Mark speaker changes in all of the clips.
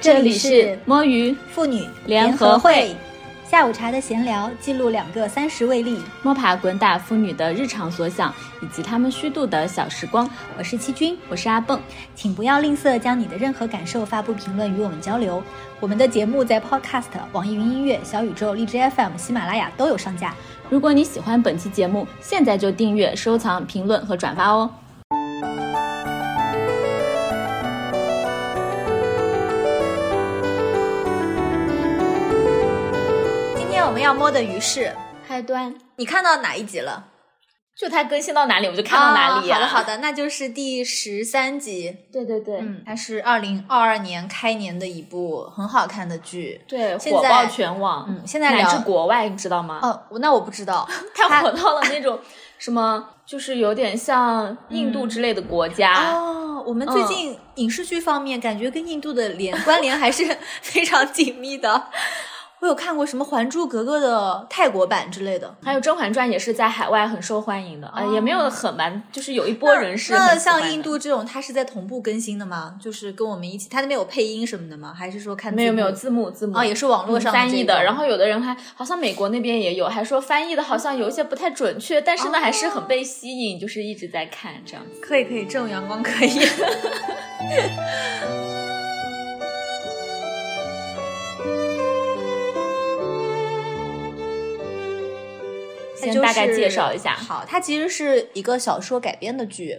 Speaker 1: 这里是
Speaker 2: 摸鱼
Speaker 1: 妇女
Speaker 2: 联合会，
Speaker 1: 下午茶的闲聊，记录两个三十位例。
Speaker 2: 摸爬滚打妇女的日常所想，以及她们虚度的小时光。
Speaker 1: 我是七君，
Speaker 2: 我是阿蹦，
Speaker 1: 请不要吝啬将你的任何感受发布评论与我们交流。我们的节目在 Podcast、网易云音乐、小宇宙、荔枝 FM、喜马拉雅都有上架。
Speaker 2: 如果你喜欢本期节目，现在就订阅、收藏、评论和转发哦。
Speaker 1: 今天我们要摸的鱼是，
Speaker 3: 开端。
Speaker 1: 你看到哪一集了？
Speaker 2: 就它更新到哪里，我就看到哪里、
Speaker 1: 啊
Speaker 2: 呀。
Speaker 1: 好的好的，那就是第十三集。
Speaker 3: 对对对，
Speaker 1: 嗯，它是二零二二年开年的一部很好看的剧。
Speaker 2: 对，
Speaker 1: 现
Speaker 2: 火
Speaker 1: 在
Speaker 2: 爆全网，
Speaker 1: 嗯现在
Speaker 2: 乃
Speaker 1: 聊
Speaker 2: 至国外，你知道吗？
Speaker 1: 哦，我那我不知道，
Speaker 2: 它火到了那 种什么，就是有点像印度之类的国家。
Speaker 1: 嗯哦，我们最
Speaker 2: 嗯
Speaker 1: 近影视剧方面感觉跟印度的联关联还是非常紧 密的。我有看过什么《还珠格格》的泰国版之类的，
Speaker 2: 还有《甄嬛传》也是在海外很受欢迎的，呃，也没有很吧，就是有一波人是
Speaker 1: 那
Speaker 2: 很喜欢
Speaker 1: 像
Speaker 2: 的
Speaker 1: 印度这种，它是在同步更新的吗？就是跟我们一起，它那边有配音什么的吗？还是说看
Speaker 2: 没有
Speaker 1: 字幕
Speaker 2: 没有字幕字幕
Speaker 1: 哦，也是网络上
Speaker 2: 嗯翻译的，
Speaker 1: 的这种，
Speaker 2: 然后有的人还好像美国那边也有，还说翻译的好像有一些不太准确，但
Speaker 1: 哦
Speaker 2: 是呢、还是很被吸引，就是一直在看这样子。
Speaker 1: 可以可以，这种阳光可以。
Speaker 2: 先大概介绍一下
Speaker 1: 就是好，它其实是一个小说改编的剧。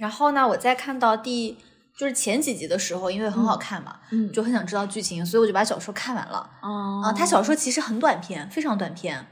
Speaker 1: 然后呢，我在看到第就是前几集的时候，因为很好看嘛，
Speaker 2: 嗯
Speaker 1: 就很想知道剧情，所以我就把小说看完了。
Speaker 2: 哦
Speaker 1: 啊，它小说其实很短篇，非常短篇。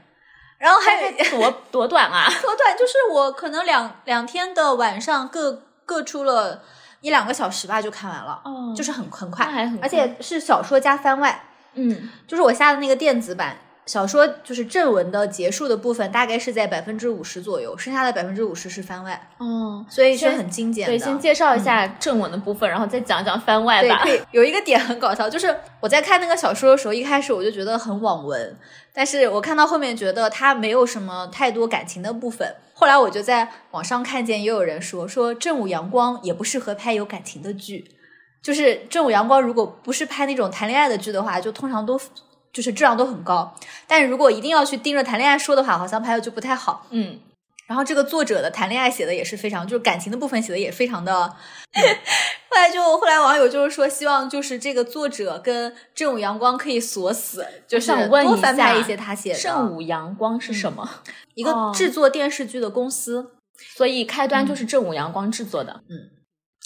Speaker 1: 然后还有
Speaker 2: 多多短啊，
Speaker 1: 多短，就是我可能两两天的晚上各各出了一两个小时吧，就看完了，
Speaker 2: 哦
Speaker 1: 就是很很快，
Speaker 2: 那还很快
Speaker 1: 而且是小说加番外，
Speaker 2: 嗯，
Speaker 1: 就是我下的那个电子版。小说就是正文的结束的部分，大概是在百分之五十左右，剩下的百分之五十是番外，
Speaker 2: 哦，
Speaker 1: 所以是
Speaker 2: 先
Speaker 1: 很精嗯简的。嗯
Speaker 2: 对，先介绍一下正文的部分，然后再讲讲番外
Speaker 1: 对，
Speaker 2: 吧
Speaker 1: 可。以有一个点很搞笑，就是我在看那个小说的时候，一开始我就觉得很网文，但是我看到后面觉得它没有什么太多感情的部分。后来我就在网上看见也有人说，说正午阳光也不适合拍有感情的剧，就是正午阳光如果不是拍那种谈恋爱的剧的话，就通常都就是质量都很高，但如果一定要去盯着谈恋爱说的话，好像拍的就不太好。
Speaker 2: 嗯，
Speaker 1: 然后这个作者的谈恋爱写的也是非常，就是感情的部分写的也非常的。
Speaker 2: 嗯
Speaker 1: 后来就后来网友就是说，希望就是这个作者跟正午阳光可以锁死，就是
Speaker 2: 想问
Speaker 1: 多
Speaker 2: 一
Speaker 1: 翻拍
Speaker 2: 下
Speaker 1: 一些他写的。嗯
Speaker 2: 正午阳光是什么？
Speaker 1: 一个
Speaker 2: 哦
Speaker 1: 制作电视剧的公司。
Speaker 2: 所以开
Speaker 1: 嗯
Speaker 2: 端就是正午阳光制作的。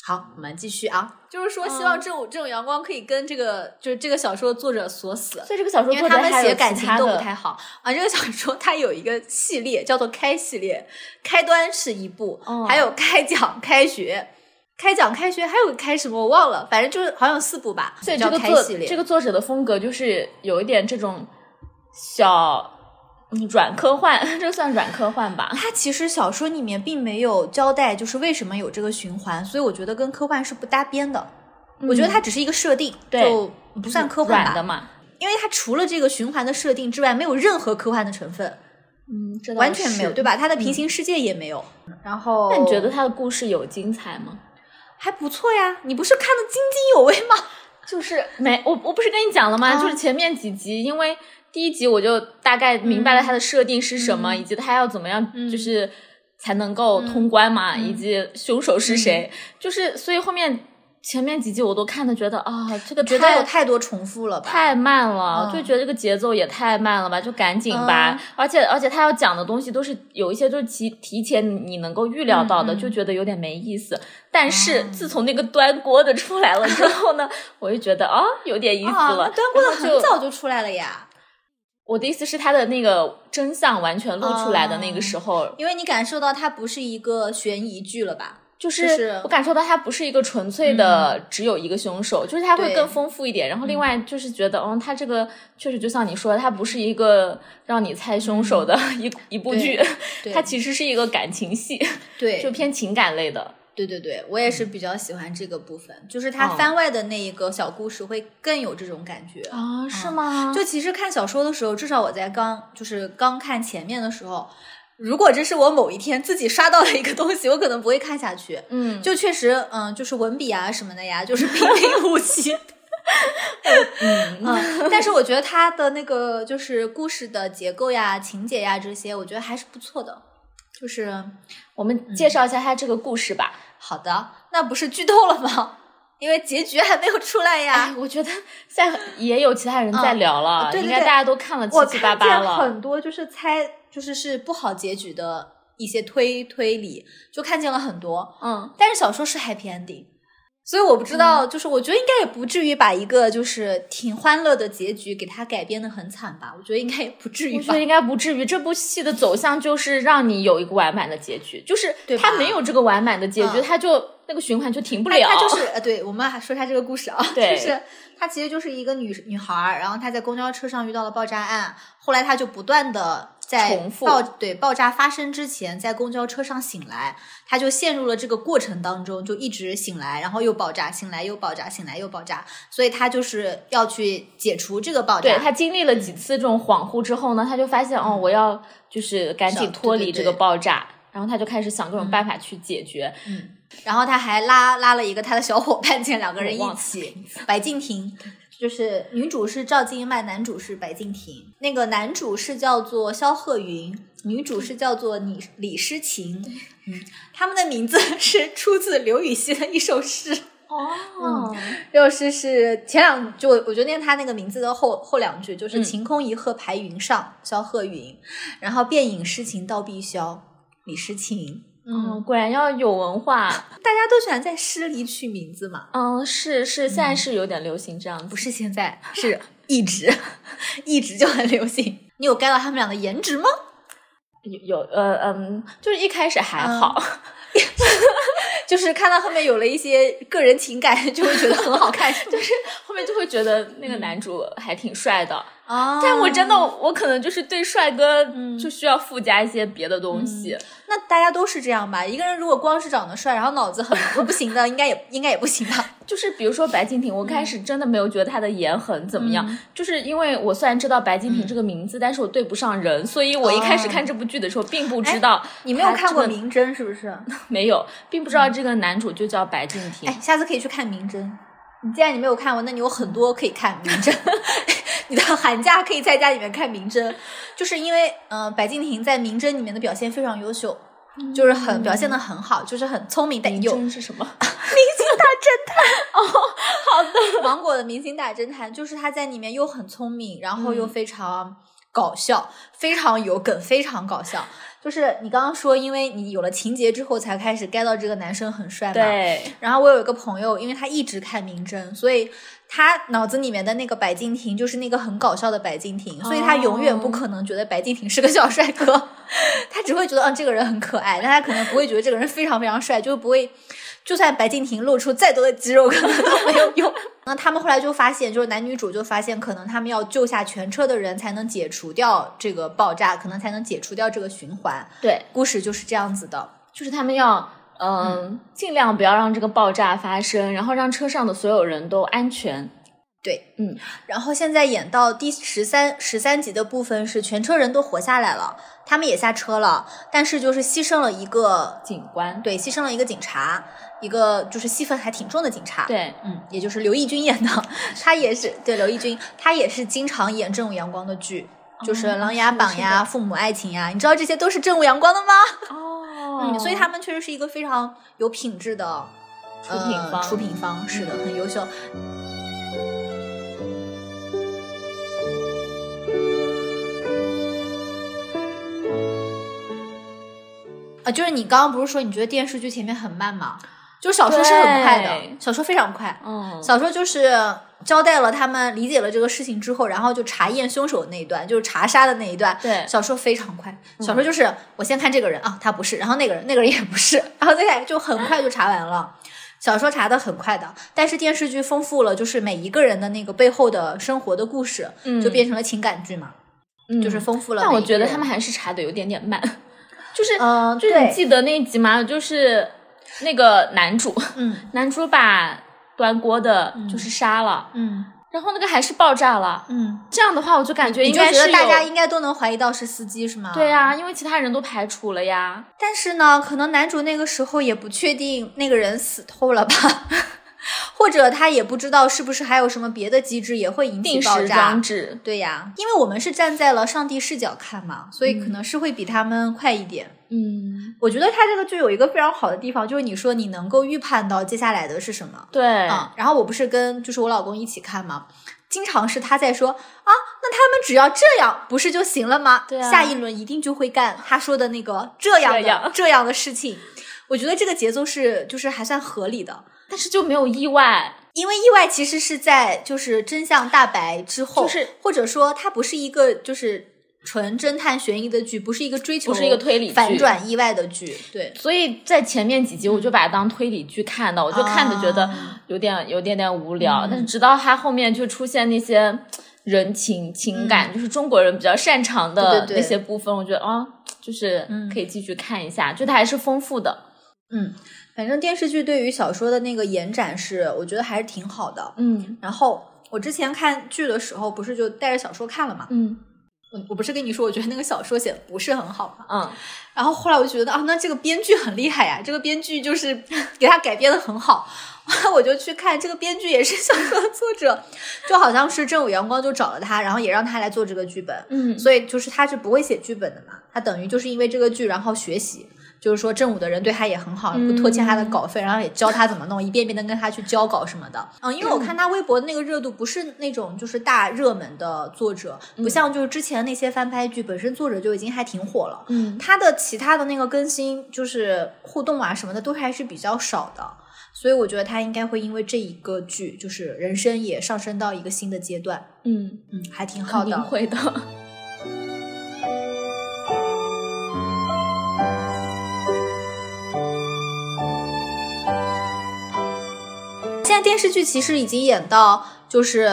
Speaker 1: 好，我们继续啊，就是说
Speaker 2: 嗯
Speaker 1: 希望正午正午阳光可以跟这个就是这个小说作者锁死。
Speaker 2: 所以这个小说
Speaker 1: 因
Speaker 2: 作
Speaker 1: 为
Speaker 2: 者
Speaker 1: 他们
Speaker 2: 还有
Speaker 1: 写感
Speaker 2: 其
Speaker 1: 情
Speaker 2: 他
Speaker 1: 都不
Speaker 2: 的
Speaker 1: 太好啊。这个小说它有一个系列叫做《开》系列，开端是一部，
Speaker 2: 哦
Speaker 1: 还有开讲、开学、开讲、开学，还有开什么我忘了，反正就是好像有四部吧。
Speaker 2: 所以
Speaker 1: 叫
Speaker 2: 这个
Speaker 1: 开
Speaker 2: 作
Speaker 1: 系列，
Speaker 2: 这个作者的风格就是有一点这种小嗯软科幻， 这算软科幻吧？
Speaker 1: 它其实小说里面并没有交代，就是为什么有这个循环，所以我觉得跟科幻是不搭边的。我觉得它只是一个设定，
Speaker 2: 嗯对
Speaker 1: 就不算科幻
Speaker 2: 软的
Speaker 1: 吧，
Speaker 2: 嘛？
Speaker 1: 因为它除了这个循环的设定之外，没有任何科幻的成分，
Speaker 2: 嗯，这倒
Speaker 1: 完全没有，
Speaker 2: 是嗯
Speaker 1: 对？吧？它的平行世界也没有。然后，
Speaker 2: 那你觉得他的故事有精彩吗？
Speaker 1: 还不错呀，你不是看的津津有味吗？
Speaker 2: 就是没，我我不是跟你讲了吗？
Speaker 1: 啊
Speaker 2: 就是前面几集，因为第一集我就大概明白了它的设定是什么，以及他要怎么样，
Speaker 1: 嗯
Speaker 2: 就是才能够通关嘛，以及凶手是谁，
Speaker 1: 嗯
Speaker 2: 就是所以后面前面几集我都看的觉得啊，这个
Speaker 1: 觉得有
Speaker 2: 太
Speaker 1: 太多重复了吧？
Speaker 2: 太慢了，
Speaker 1: 嗯
Speaker 2: 就觉得这个节奏也太慢了吧，就赶紧吧。而且而且他要讲的东西都是有一些就是提提前你能够预料到的，
Speaker 1: 嗯嗯哦
Speaker 2: 就觉得有点没意思。但是自从那个端锅的出来了之后呢， 我就觉得啊、有点意思
Speaker 1: 啊，
Speaker 2: 了。
Speaker 1: 那端锅的
Speaker 2: 然后
Speaker 1: 很
Speaker 2: 就
Speaker 1: 早就出来了呀，
Speaker 2: 我的意思是他的那个真相完全露出来的
Speaker 1: 嗯
Speaker 2: 那个时候，
Speaker 1: 因为你感受到它不是一个悬疑剧了吧？
Speaker 2: 就是
Speaker 1: 就是嗯
Speaker 2: 我感受到它不是一个纯粹的只有一个凶手，就是它会
Speaker 1: 对嗯
Speaker 2: 更丰富一点。然后另外就是觉得，嗯，它这个确实就像你说的，它不是一个让你猜凶手的 一、一部剧，
Speaker 1: 嗯 对
Speaker 2: 它其实是一个感情戏，
Speaker 1: 对
Speaker 2: 就偏情感类的。
Speaker 1: 对对对，我也是比较喜欢这个部分，就是它
Speaker 2: 嗯
Speaker 1: 番外的那一个小故事会更有这种感觉。
Speaker 2: 啊，是吗就
Speaker 1: 就其实看小说的时候，至少我在刚就是刚看前面的时候，如果这是我某一天自己刷到了一个东西，我可能不会看下去。
Speaker 2: 嗯，
Speaker 1: 就确实，嗯，就是文笔啊什么的呀，就是平平无奇。嗯嗯，但是我觉得它的那个就是故事的结构呀、情节呀这些，我觉得还是不错的。就是
Speaker 2: 我
Speaker 1: 嗯
Speaker 2: 们介绍一下它这个故事吧。
Speaker 1: 好的，那不是剧透了吗？因为结局还没有出来呀
Speaker 2: 哎，。我觉得现在也有其他人在聊了，
Speaker 1: 啊嗯对对
Speaker 2: 应该
Speaker 1: 对
Speaker 2: 大家都看了七
Speaker 1: 我
Speaker 2: 七八
Speaker 1: 看
Speaker 2: 八
Speaker 1: 见
Speaker 2: 了。
Speaker 1: 很多就是猜，就是是不好结局的一些推推理，就看见了很多。
Speaker 2: 嗯，
Speaker 1: 但是小说是 happy ending，所以我不知道，就是我觉得应该也不至于把一个就是挺欢乐的结局给它改编的很惨吧，我觉得应该也不至于
Speaker 2: 我觉
Speaker 1: 吧
Speaker 2: 得。应该不至于。这部戏的走向就是让你有一个完满的结局，就是
Speaker 1: 对
Speaker 2: 它
Speaker 1: 吧
Speaker 2: 没有这个完满的结局，
Speaker 1: 嗯
Speaker 2: 它就那个循环就停不
Speaker 1: 哎
Speaker 2: 了。
Speaker 1: 它就是呃，对我们还说一下这个故事啊，
Speaker 2: 对
Speaker 1: 就是她其实就是一个女女孩儿，然后她在公交车上遇到了爆炸案，后来她就不断的在
Speaker 2: 重复
Speaker 1: 爆对爆炸发生之前，在公交车上醒来，她就陷入了这个过程当中，就一直醒来，然后又爆炸，醒来又爆炸，醒来又爆炸，所以她就是要去解除这个爆炸，
Speaker 2: 对他经历了几次这种恍惚之后呢，他就发现哦，我要就是赶
Speaker 1: 是啊
Speaker 2: 紧脱
Speaker 1: 对对
Speaker 2: 离这
Speaker 1: 对嗯
Speaker 2: 个爆炸，然后他就开始想各种办法去解决。
Speaker 1: 然后他还拉拉了一个他的小伙伴进来，两个人
Speaker 2: 我
Speaker 1: 一
Speaker 2: 忘
Speaker 1: 起，白敬亭。就是女主是赵今麦，男主是白敬亭。那个男主是叫做萧鹤云，女主是叫做李李诗情。嗯，他们的名字 是出自刘禹锡的一首诗。
Speaker 2: 哦，
Speaker 1: 这首诗是前两就我就念他那个名字的后后两句，就是
Speaker 2: 嗯
Speaker 1: “晴空一鹤排云上，萧鹤云，然后便引诗情到碧霄，李诗情。”
Speaker 2: 嗯，，果然要有文化。
Speaker 1: 大家都喜欢在诗里取名字嘛。
Speaker 2: 嗯，是是，现在是有点流行这样子。
Speaker 1: 不是现在，是 一直一直就很流行。你有 get 到他们俩的颜值吗？
Speaker 2: 有有呃嗯，就是一开始还
Speaker 1: 嗯
Speaker 2: 好，
Speaker 1: 就是看到后面有了一些个人情感，就会觉得很好看， 就是
Speaker 2: 后面就会觉得那
Speaker 1: 嗯
Speaker 2: 个男主还挺帅的。
Speaker 1: 啊
Speaker 2: 但我真的，我可能就是对帅哥
Speaker 1: 嗯
Speaker 2: 就需要附加一些别的东西。
Speaker 1: 那大家都是这样吧？一个人如果光是长得帅，然后脑子很很不行的，应该也应该也不行吧？
Speaker 2: 就是比如说白敬亭，我
Speaker 1: 嗯
Speaker 2: 开始真的没有觉得他的颜很怎么样，就是因为我虽然知道白敬
Speaker 1: 嗯
Speaker 2: 亭这个名字，但是我对不上人，所以我一开始看这部剧的时候并不知道，
Speaker 1: 哦哎你没有看过《
Speaker 2: 他这
Speaker 1: 明侦》是不是？
Speaker 2: 个没有，并不知道这个男主就叫白敬亭。
Speaker 1: 哎，下次可以去看《明侦》。你既然你没有看过，那你有很多可以看《明侦》。 你的寒假可以在家里面看《明侦》，就是因为呃，白敬亭在《明侦》里面的表现非常优秀，就是很表现的很好，就是很聪明但
Speaker 2: 明
Speaker 1: 又
Speaker 2: 侦是什么？
Speaker 1: 芒果的明星大侦探，就是他在里面又很聪明，然后又非常搞笑，非常有梗，非常搞笑。就是你刚刚说，因为你有了情节之后才开始 get 到这个男生很帅嘛，
Speaker 2: 对，
Speaker 1: 然后我有一个朋友，因为他一直看《明侦》，所以他脑子里面的那个白敬亭就是那个很搞笑的白敬亭，所以他永远不可能觉得白敬亭是个小帅哥， 他只会觉得嗯这个人很可爱，但他可能不会觉得这个人非常非常帅，就不会。就算白敬亭露出再多的肌肉，可能都没有用。 那他们后来就发现，就是男女主就发现，可能他们要救下全车的人，才能解除掉这个爆炸，可能才能解除掉这个循环。
Speaker 2: 对，
Speaker 1: 故事就是这样子的。
Speaker 2: 就是他们要。嗯，尽量不要让这个爆炸发生，然后让车上的所有人都安全。
Speaker 1: 对，
Speaker 2: 嗯，
Speaker 1: 然后现在演到第十三十三集的部分是全车人都活下来了，他们也下车了，但是就是牺牲了一个，
Speaker 2: 警官，
Speaker 1: 对，牺牲了一个警察，一个就是戏份还挺重的警察，，
Speaker 2: 对，
Speaker 1: 嗯，也就是刘奕君演的， 他也是对刘奕君，他也是经常演正午阳光的剧。就是《琅琊榜》
Speaker 2: 哦是的
Speaker 1: 呀，《父母爱情》呀，你知道这些都是正午阳光的吗？
Speaker 2: 哦
Speaker 1: 嗯，所以他们确实是一个非常有品质的
Speaker 2: 出品
Speaker 1: 呃
Speaker 2: 方
Speaker 1: 出品方是的，很优秀。啊，就是你刚刚不是说你觉得电视剧前面很慢吗？就是小说是很快的
Speaker 2: 对，
Speaker 1: 小说非常快。
Speaker 2: 嗯，
Speaker 1: 小说就是交代了他们理解了这个事情之后，然后就查验凶手那一段，就是查杀的那一段。
Speaker 2: 对嗯
Speaker 1: 小说非常快，小说就是我先看这个人啊，他不是，然后那个人那个人也不是， 然后再看就很快就查完了。小说查的很快的，但是电视剧丰富了，就是每一个人的那个背后的生活的故事，
Speaker 2: 嗯
Speaker 1: 就变成了情感剧嘛，
Speaker 2: 嗯
Speaker 1: 就是丰富了每一
Speaker 2: 但
Speaker 1: 个人。
Speaker 2: 我觉得他们还是查的有点点 慢，就是、
Speaker 1: 嗯、呃，
Speaker 2: 就是你
Speaker 1: 对，
Speaker 2: 记得那一集吗？就是那个男主，
Speaker 1: 嗯
Speaker 2: 男主把端锅的就是杀了，
Speaker 1: 嗯
Speaker 2: 然后那个还是爆炸了。
Speaker 1: 嗯，
Speaker 2: 这样的话，我就感觉
Speaker 1: 你
Speaker 2: 应
Speaker 1: 就
Speaker 2: 该
Speaker 1: 觉
Speaker 2: 是
Speaker 1: 得大
Speaker 2: 有
Speaker 1: 家应该都能怀疑到是司机是吗？
Speaker 2: 对啊呀、因为其他人都排除了呀。
Speaker 1: 但是呢，可能男主那个时候也不确定那个人死透了吧， 或者他也不知道是不是还有什么别的机制也会引起
Speaker 2: 定
Speaker 1: 爆
Speaker 2: 时
Speaker 1: 炸
Speaker 2: 装。置。
Speaker 1: 对呀，因为我们是站在了上帝视角看嘛，所以可能是会比他们快一点。
Speaker 2: 嗯，
Speaker 1: 我觉得它这个剧有一个非常好的地方，就是你说你能够预判到接下来的是什么。
Speaker 2: 对，
Speaker 1: 啊、然后我不是跟就是我老公一起看嘛，经常是他在说啊，那他们只要这样不是就行了吗？
Speaker 2: 对啊
Speaker 1: 下一轮一定就会干他说的那个这样的
Speaker 2: 这样
Speaker 1: 这样的事情。我觉得这个节奏是就是还算合理的，
Speaker 2: 但是就没有意外。
Speaker 1: 因为意外其实是在就是真相大白之后，
Speaker 2: 就是
Speaker 1: 或者说它不是一个就是纯侦探悬疑的剧，不是一个追求，
Speaker 2: 不是一个推理剧
Speaker 1: 反转意外的剧，对。
Speaker 2: 所以在前面几集我就把它当推理剧看的，我就看着觉得
Speaker 1: 嗯啊
Speaker 2: 有点有点点无聊。
Speaker 1: 嗯
Speaker 2: 但是直到它后面就出现那些嘖人情情感，就是中国人比较擅长
Speaker 1: 嗯对
Speaker 2: 的
Speaker 1: 对对
Speaker 2: 那些部分，我觉得啊、哦就是
Speaker 1: 嗯
Speaker 2: 可以继续看一下，觉得还是丰富的。
Speaker 1: 嗯，反正电视剧对于小说的那个延展是，我觉得还是挺好的。
Speaker 2: 嗯
Speaker 1: 然后我之前看剧的时候，不是就带着小说看了嘛？
Speaker 2: 嗯
Speaker 1: 我我不是跟你说，我觉得那个小说写的不是很好嘛。
Speaker 2: 嗯，
Speaker 1: 然后后来我就觉得啊，那这个编剧很厉害呀，这个编剧就是 给他改编的很好。 后来我就去看这个编剧也是小说的作者，就好像是正午阳光就找了他，然后也让他来做这个剧本。
Speaker 2: 嗯
Speaker 1: 所以就是他是不会写剧本的嘛，他等于就是因为这个剧然后学习，就是说正午的人对他也很好，
Speaker 2: 嗯
Speaker 1: 不拖欠他的稿费，然后也教他怎么弄，一遍遍的跟他去教稿什么的。嗯，因为我看他微博的那个热度不是那种就是大热门的作者，
Speaker 2: 嗯
Speaker 1: 不像就是之前那些翻拍剧本身作者就已经还挺火了，
Speaker 2: 嗯，
Speaker 1: 他的其他的那个更新就是互动啊什么的都还是比较少的。所以我觉得他应该会因为这一个剧，就是人生也上升到一个新的阶段，
Speaker 2: 嗯，
Speaker 1: 嗯，还挺好
Speaker 2: 肯定
Speaker 1: 的。
Speaker 2: 会的。
Speaker 1: 现在电视剧其实已经演到就是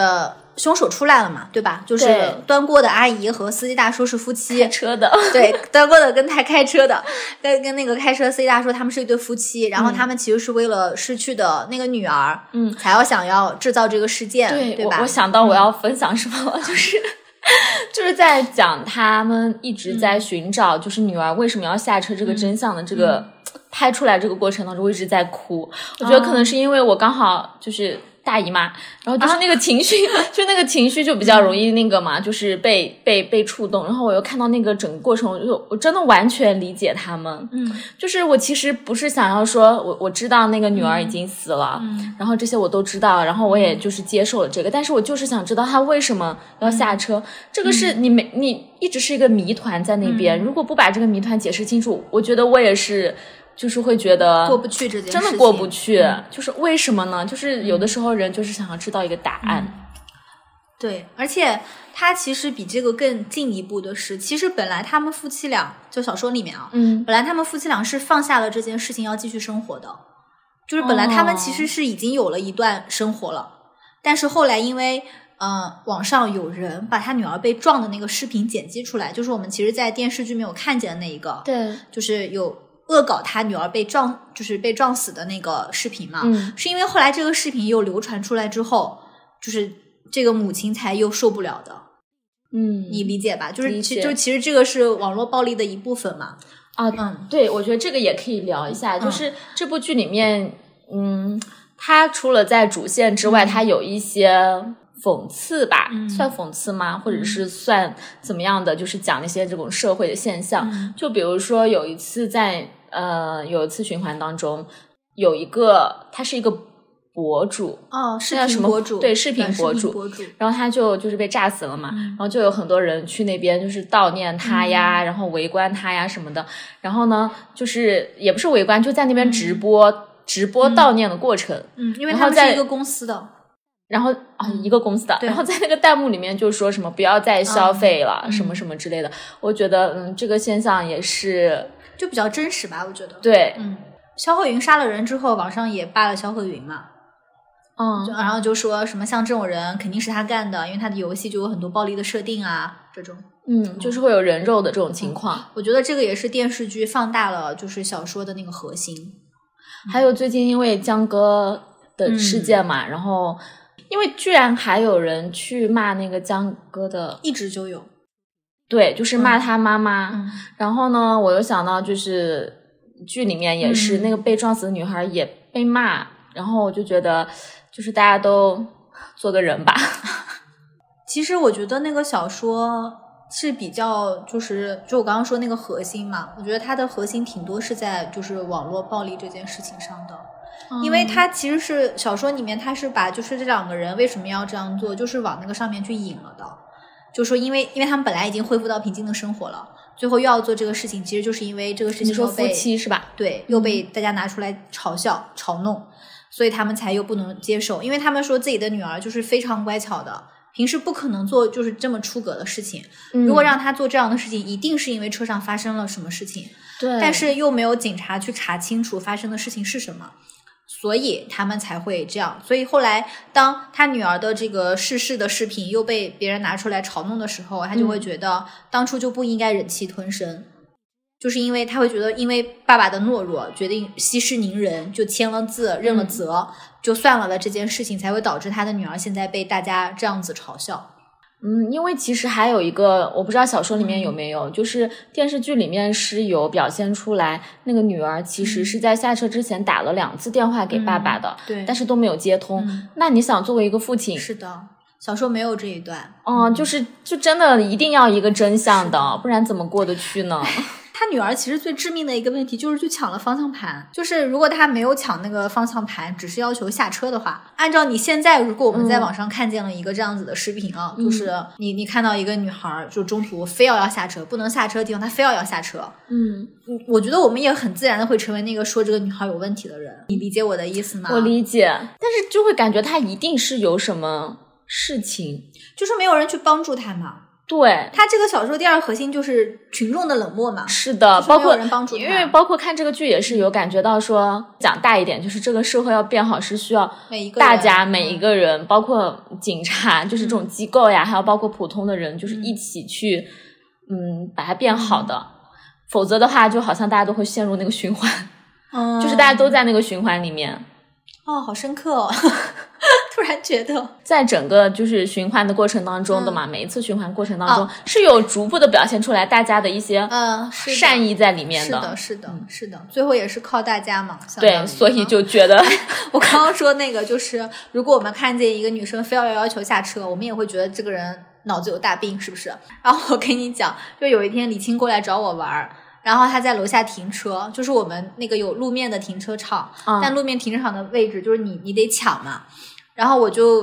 Speaker 1: 凶手出来了嘛，对吧？就是
Speaker 2: 对
Speaker 1: 端锅的阿姨和司机大叔是夫
Speaker 2: 开
Speaker 1: 妻。
Speaker 2: 车的，
Speaker 1: 对，端锅的跟他开车的， 跟跟那个开车司机大叔，他们是一对夫妻，然后他们其实是为了逝去的那个女儿，
Speaker 2: 嗯
Speaker 1: 才要想要制造这个事件，对
Speaker 2: 对我
Speaker 1: 吧？
Speaker 2: 我想到我要分享什么了，就是。就是在讲他们一直在寻找，就是女儿为什么要下车这个真相的这个、拍出来这个过程当中，我一直在哭。我觉得可能是因为我刚好就是大姨妈，然后就是那个情绪，就那个情绪就比较容易那个嘛，就是被被被触动。然后我又看到那个整个过程，我就我真的完全理解他们。
Speaker 1: 嗯
Speaker 2: 就是我其实不是想要说我我知道那个女儿已经死了，
Speaker 1: 嗯
Speaker 2: 然后这些我都知道，然后我也就是接受了这个，但是我就是想知道他为什么要
Speaker 1: 嗯
Speaker 2: 下车，这个是你没你一直是一个谜团在那
Speaker 1: 嗯
Speaker 2: 边，如果不把这个谜团解释清楚，我觉得我也是就是会觉得
Speaker 1: 过不去这件事情，嗯
Speaker 2: 真的过不去，就是为什么呢？就是有的时候人就是想要知道一个答案，
Speaker 1: 对，而且他其实比这个更进一步的是，其实本来他们夫妻俩就小说里面啊，
Speaker 2: 嗯
Speaker 1: 本来他们夫妻俩是放下了这件事情要继续生活的，就是本来他们其
Speaker 2: 哦
Speaker 1: 实是已经有了一段生活了，但是后来因为呃网上有人把他女儿被撞的那个视频剪辑出来，就是我们其实，在电视剧没有看见的那一个，
Speaker 2: 对，
Speaker 1: 就是有恶搞他女儿被撞，就是被撞死的那个视频嘛，
Speaker 2: 嗯
Speaker 1: 是因为后来这个视频又流传出来之后，就是这个母亲才又受不了的。
Speaker 2: 嗯，
Speaker 1: 你理解吧？就是
Speaker 2: 理
Speaker 1: 其
Speaker 2: 解
Speaker 1: 就其实这个是网络暴力的一部分嘛。
Speaker 2: 啊
Speaker 1: 嗯
Speaker 2: 对，我觉得这个也可以聊一下，就是这部剧里面，嗯，它除了在主线之外，它有一些讽刺吧，
Speaker 1: 嗯
Speaker 2: 算讽刺吗？或者是算怎么样的？就是讲一些这种社会的现象，
Speaker 1: 嗯
Speaker 2: 就比如说有一次在呃有一次循环当中，有一个他是一个博主，
Speaker 1: 哦，视
Speaker 2: 那叫
Speaker 1: 频
Speaker 2: 什么
Speaker 1: 博主
Speaker 2: 对视频博主
Speaker 1: 博主，
Speaker 2: 然后他就就是被炸死了嘛，
Speaker 1: 嗯
Speaker 2: 然后就有很多人去那边就是悼念他呀，然后围观他呀什么的。然后呢，就是也不是围观，就在那边直播、直播悼念的过程。
Speaker 1: 嗯，因为
Speaker 2: 然
Speaker 1: 他
Speaker 2: 后
Speaker 1: 们是
Speaker 2: 在
Speaker 1: 一个公司的，
Speaker 2: 然后啊、一个公司的，
Speaker 1: 对嗯
Speaker 2: 然后在那个弹幕里面就说什么不要再消费了，什么什么之类的。我觉得嗯，这个现象也是
Speaker 1: 就比较真实吧，我觉得。，
Speaker 2: 对，
Speaker 1: 嗯，肖鹤云杀了人之后，网上也扒了肖鹤云嘛，就
Speaker 2: 嗯，
Speaker 1: 然后就说什么像这种人肯定是他干的，因为他的游戏就有很多暴力的设定啊，这种。
Speaker 2: 嗯，就是会有人肉的这种情况。
Speaker 1: 我觉得这个也是电视剧放大了就是小说的那个核心。
Speaker 2: 还有最近因为江歌
Speaker 1: 嗯
Speaker 2: 的事件嘛，然后因为居然还有人去骂那个江歌的，
Speaker 1: 一直就有，
Speaker 2: 对，就是骂他妈妈。
Speaker 1: 嗯
Speaker 2: 然后呢，我又想到就是剧里面也是、
Speaker 1: 嗯
Speaker 2: 那个被撞死的女孩也被骂，然后我就觉得，就是大家都做个人吧。
Speaker 1: 其实我觉得那个小说是比较，就是就我刚刚说那个核心嘛，我觉得它的核心挺多是在就是网络暴力这件事情上的，因为它其实是小说里面，它是把就是这两个人为什么要这样做，就是往那个上面去引了的，就说因为因为他们本来已经恢复到平静的生活了，最后又要做这个事情，其实就是因为这个事
Speaker 2: 你
Speaker 1: 情
Speaker 2: 说
Speaker 1: 又
Speaker 2: 夫
Speaker 1: 被
Speaker 2: 妻嗯是吧？
Speaker 1: 对，又被大家拿出来嘲笑、嘲弄，所以他们才又不能接受，因为他们说自己的女儿就是非常乖巧的，平时不可能做就是这么出格的事情。如
Speaker 2: 嗯
Speaker 1: 果让她做这样的事情，一定是因为车上发生了什么事情，
Speaker 2: 对，
Speaker 1: 但是又没有警察去查清楚发生的事情是什么。所以他们才会这样。所以后来，当他女儿的这个逝世的视频又被别人拿出来嘲弄的时候，他就会
Speaker 2: 嗯
Speaker 1: 觉得当初就不应该忍气吞声，就是因为他会觉得，因为爸爸的懦弱，决定息事宁人，就签了字，认了责，就算了的这件事情，才会导致他的女儿现在被大家这样子嘲笑。
Speaker 2: 嗯，因为其实还有一个，我不知道小说里面有没有，就是电视剧里面是有表现出来，那个女儿其实
Speaker 1: 嗯
Speaker 2: 是在下车之前打了两次电话给爸爸的，
Speaker 1: 对
Speaker 2: 但
Speaker 1: 是
Speaker 2: 是都没有接通。
Speaker 1: 嗯
Speaker 2: 那你想，作为一个父亲，
Speaker 1: 是的，小说没有这一段。
Speaker 2: 嗯，就是就真的一定要一个真相的，不然怎么过得去呢？
Speaker 1: 他女儿其实最致命的一个问题就是去抢了方向盘，就是如果他没有抢那个方向盘，只是要求下车的话，按照你现在，如果我们
Speaker 2: 嗯
Speaker 1: 在网上看见了一个这样子的视频啊，
Speaker 2: 嗯
Speaker 1: 就是你你看到一个女孩儿就中途非要要下车，不能下车的地方她非要要下车，
Speaker 2: 嗯，
Speaker 1: 嗯我觉得我们也很自然的会成为那个说这个女孩有问题的人，你理解我的意思吗？
Speaker 2: 我理解，但是就会感觉他一定是有什么事情。
Speaker 1: 就是没有人去帮助她嘛。
Speaker 2: 对，
Speaker 1: 她这个小说第二核心就是群众的冷漠嘛，
Speaker 2: 是的，
Speaker 1: 就是
Speaker 2: 包
Speaker 1: 没有
Speaker 2: 括
Speaker 1: 人帮助
Speaker 2: 因
Speaker 1: 他
Speaker 2: 为包括看这个剧也是有感觉到说，讲大一点，就是这个社会要变好是需要
Speaker 1: 每一个
Speaker 2: 大
Speaker 1: 人
Speaker 2: 家每一
Speaker 1: 嗯
Speaker 2: 个人，包括警察，就是这种机构呀，还有包括普通的人，就是
Speaker 1: 嗯
Speaker 2: 一起去，嗯，把它变好的。否则的话，就好像大家都会陷入那个循环，
Speaker 1: 嗯，
Speaker 2: 就是大家都在那个循环里面，
Speaker 1: 哦，好深刻哦， 突然觉得。
Speaker 2: 在整个就是循环的过程当中的
Speaker 1: 嗯
Speaker 2: 嘛，每一次循环过程当中、是有逐步的表现出来大家的一些
Speaker 1: 嗯，哦是的
Speaker 2: 善意在里面
Speaker 1: 是的，嗯是的，是的，最后也是靠大家嘛。相当
Speaker 2: 对，
Speaker 1: 于
Speaker 2: 所以
Speaker 1: 嗯
Speaker 2: 就觉得
Speaker 1: 我刚刚说那个，就是如果我们看见一个女生非要要求下车，我们也会觉得这个人脑子有大病，是不是？然后我跟你讲，就有一天李青过来找我玩儿。然后他在楼下停车，就是我们那个有路面的停车场，
Speaker 2: 嗯
Speaker 1: 但路面停车场的位置就是你你得抢嘛。然后我就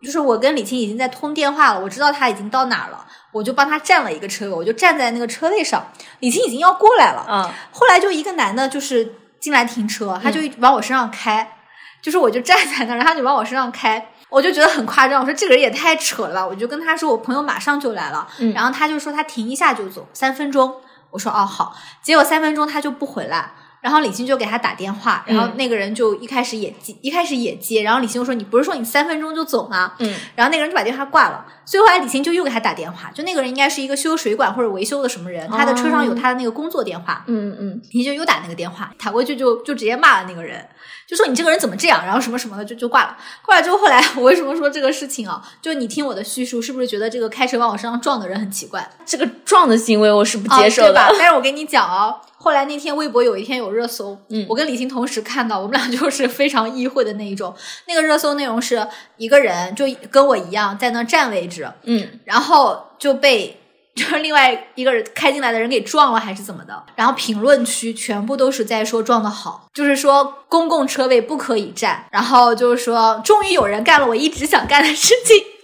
Speaker 1: 就是我跟李青已经在通电话了，我知道他已经到哪儿了，我就帮他占了一个车位，我就站在那个车位上，李青已经要过来了，
Speaker 2: 嗯，
Speaker 1: 后来就一个男的，就是进来停车，他就一直往我身上开，就是我就站在那儿，然后他就往我身上开，我就觉得很夸张。我说这个人也太扯了吧！我就跟他说我朋友马上就来了，
Speaker 2: 嗯
Speaker 1: 然后他就说他停一下就走，三分钟。我说哦好，结果三分钟他就不回来。然后李欣就给他打电话，然后
Speaker 2: 嗯
Speaker 1: 那个人就一开始也接，一开始也接，然后李欣就说：“你不是说你三分钟就走吗？”
Speaker 2: 嗯，
Speaker 1: 然后那个人就把电话挂了。所以后来李欣就又给他打电话，就那个人应该是一个修水管或者维修的什么人，他的车
Speaker 2: 哦
Speaker 1: 上有他的那个工作电话。
Speaker 2: 嗯嗯，
Speaker 1: 你就又打那个电话，打过去就就直接骂了那个人，就说你这个人怎么这样，然后什么什么的就就挂了。挂了之后，后来我为什么说这个事情啊？就你听我的叙述，是不是觉得这个开车往我身上撞的人很奇怪？
Speaker 2: 这个撞的行为我是不
Speaker 1: 啊
Speaker 2: 接受
Speaker 1: 对
Speaker 2: 的。
Speaker 1: 吧？但是我跟你讲啊，后来那天微博有一天有热搜，
Speaker 2: 嗯
Speaker 1: 我跟李欣同时看到，我们俩就是非常意会的那一种。那个热搜内容是一个人就跟我一样在那占位置，
Speaker 2: 嗯，
Speaker 1: 然后就被就是另外一个人开进来的人给撞了，还是怎么的？然后评论区全部都是在说撞得好，就是说公共车位不可以占，然后就是说终于有人干了我一直想干的事情。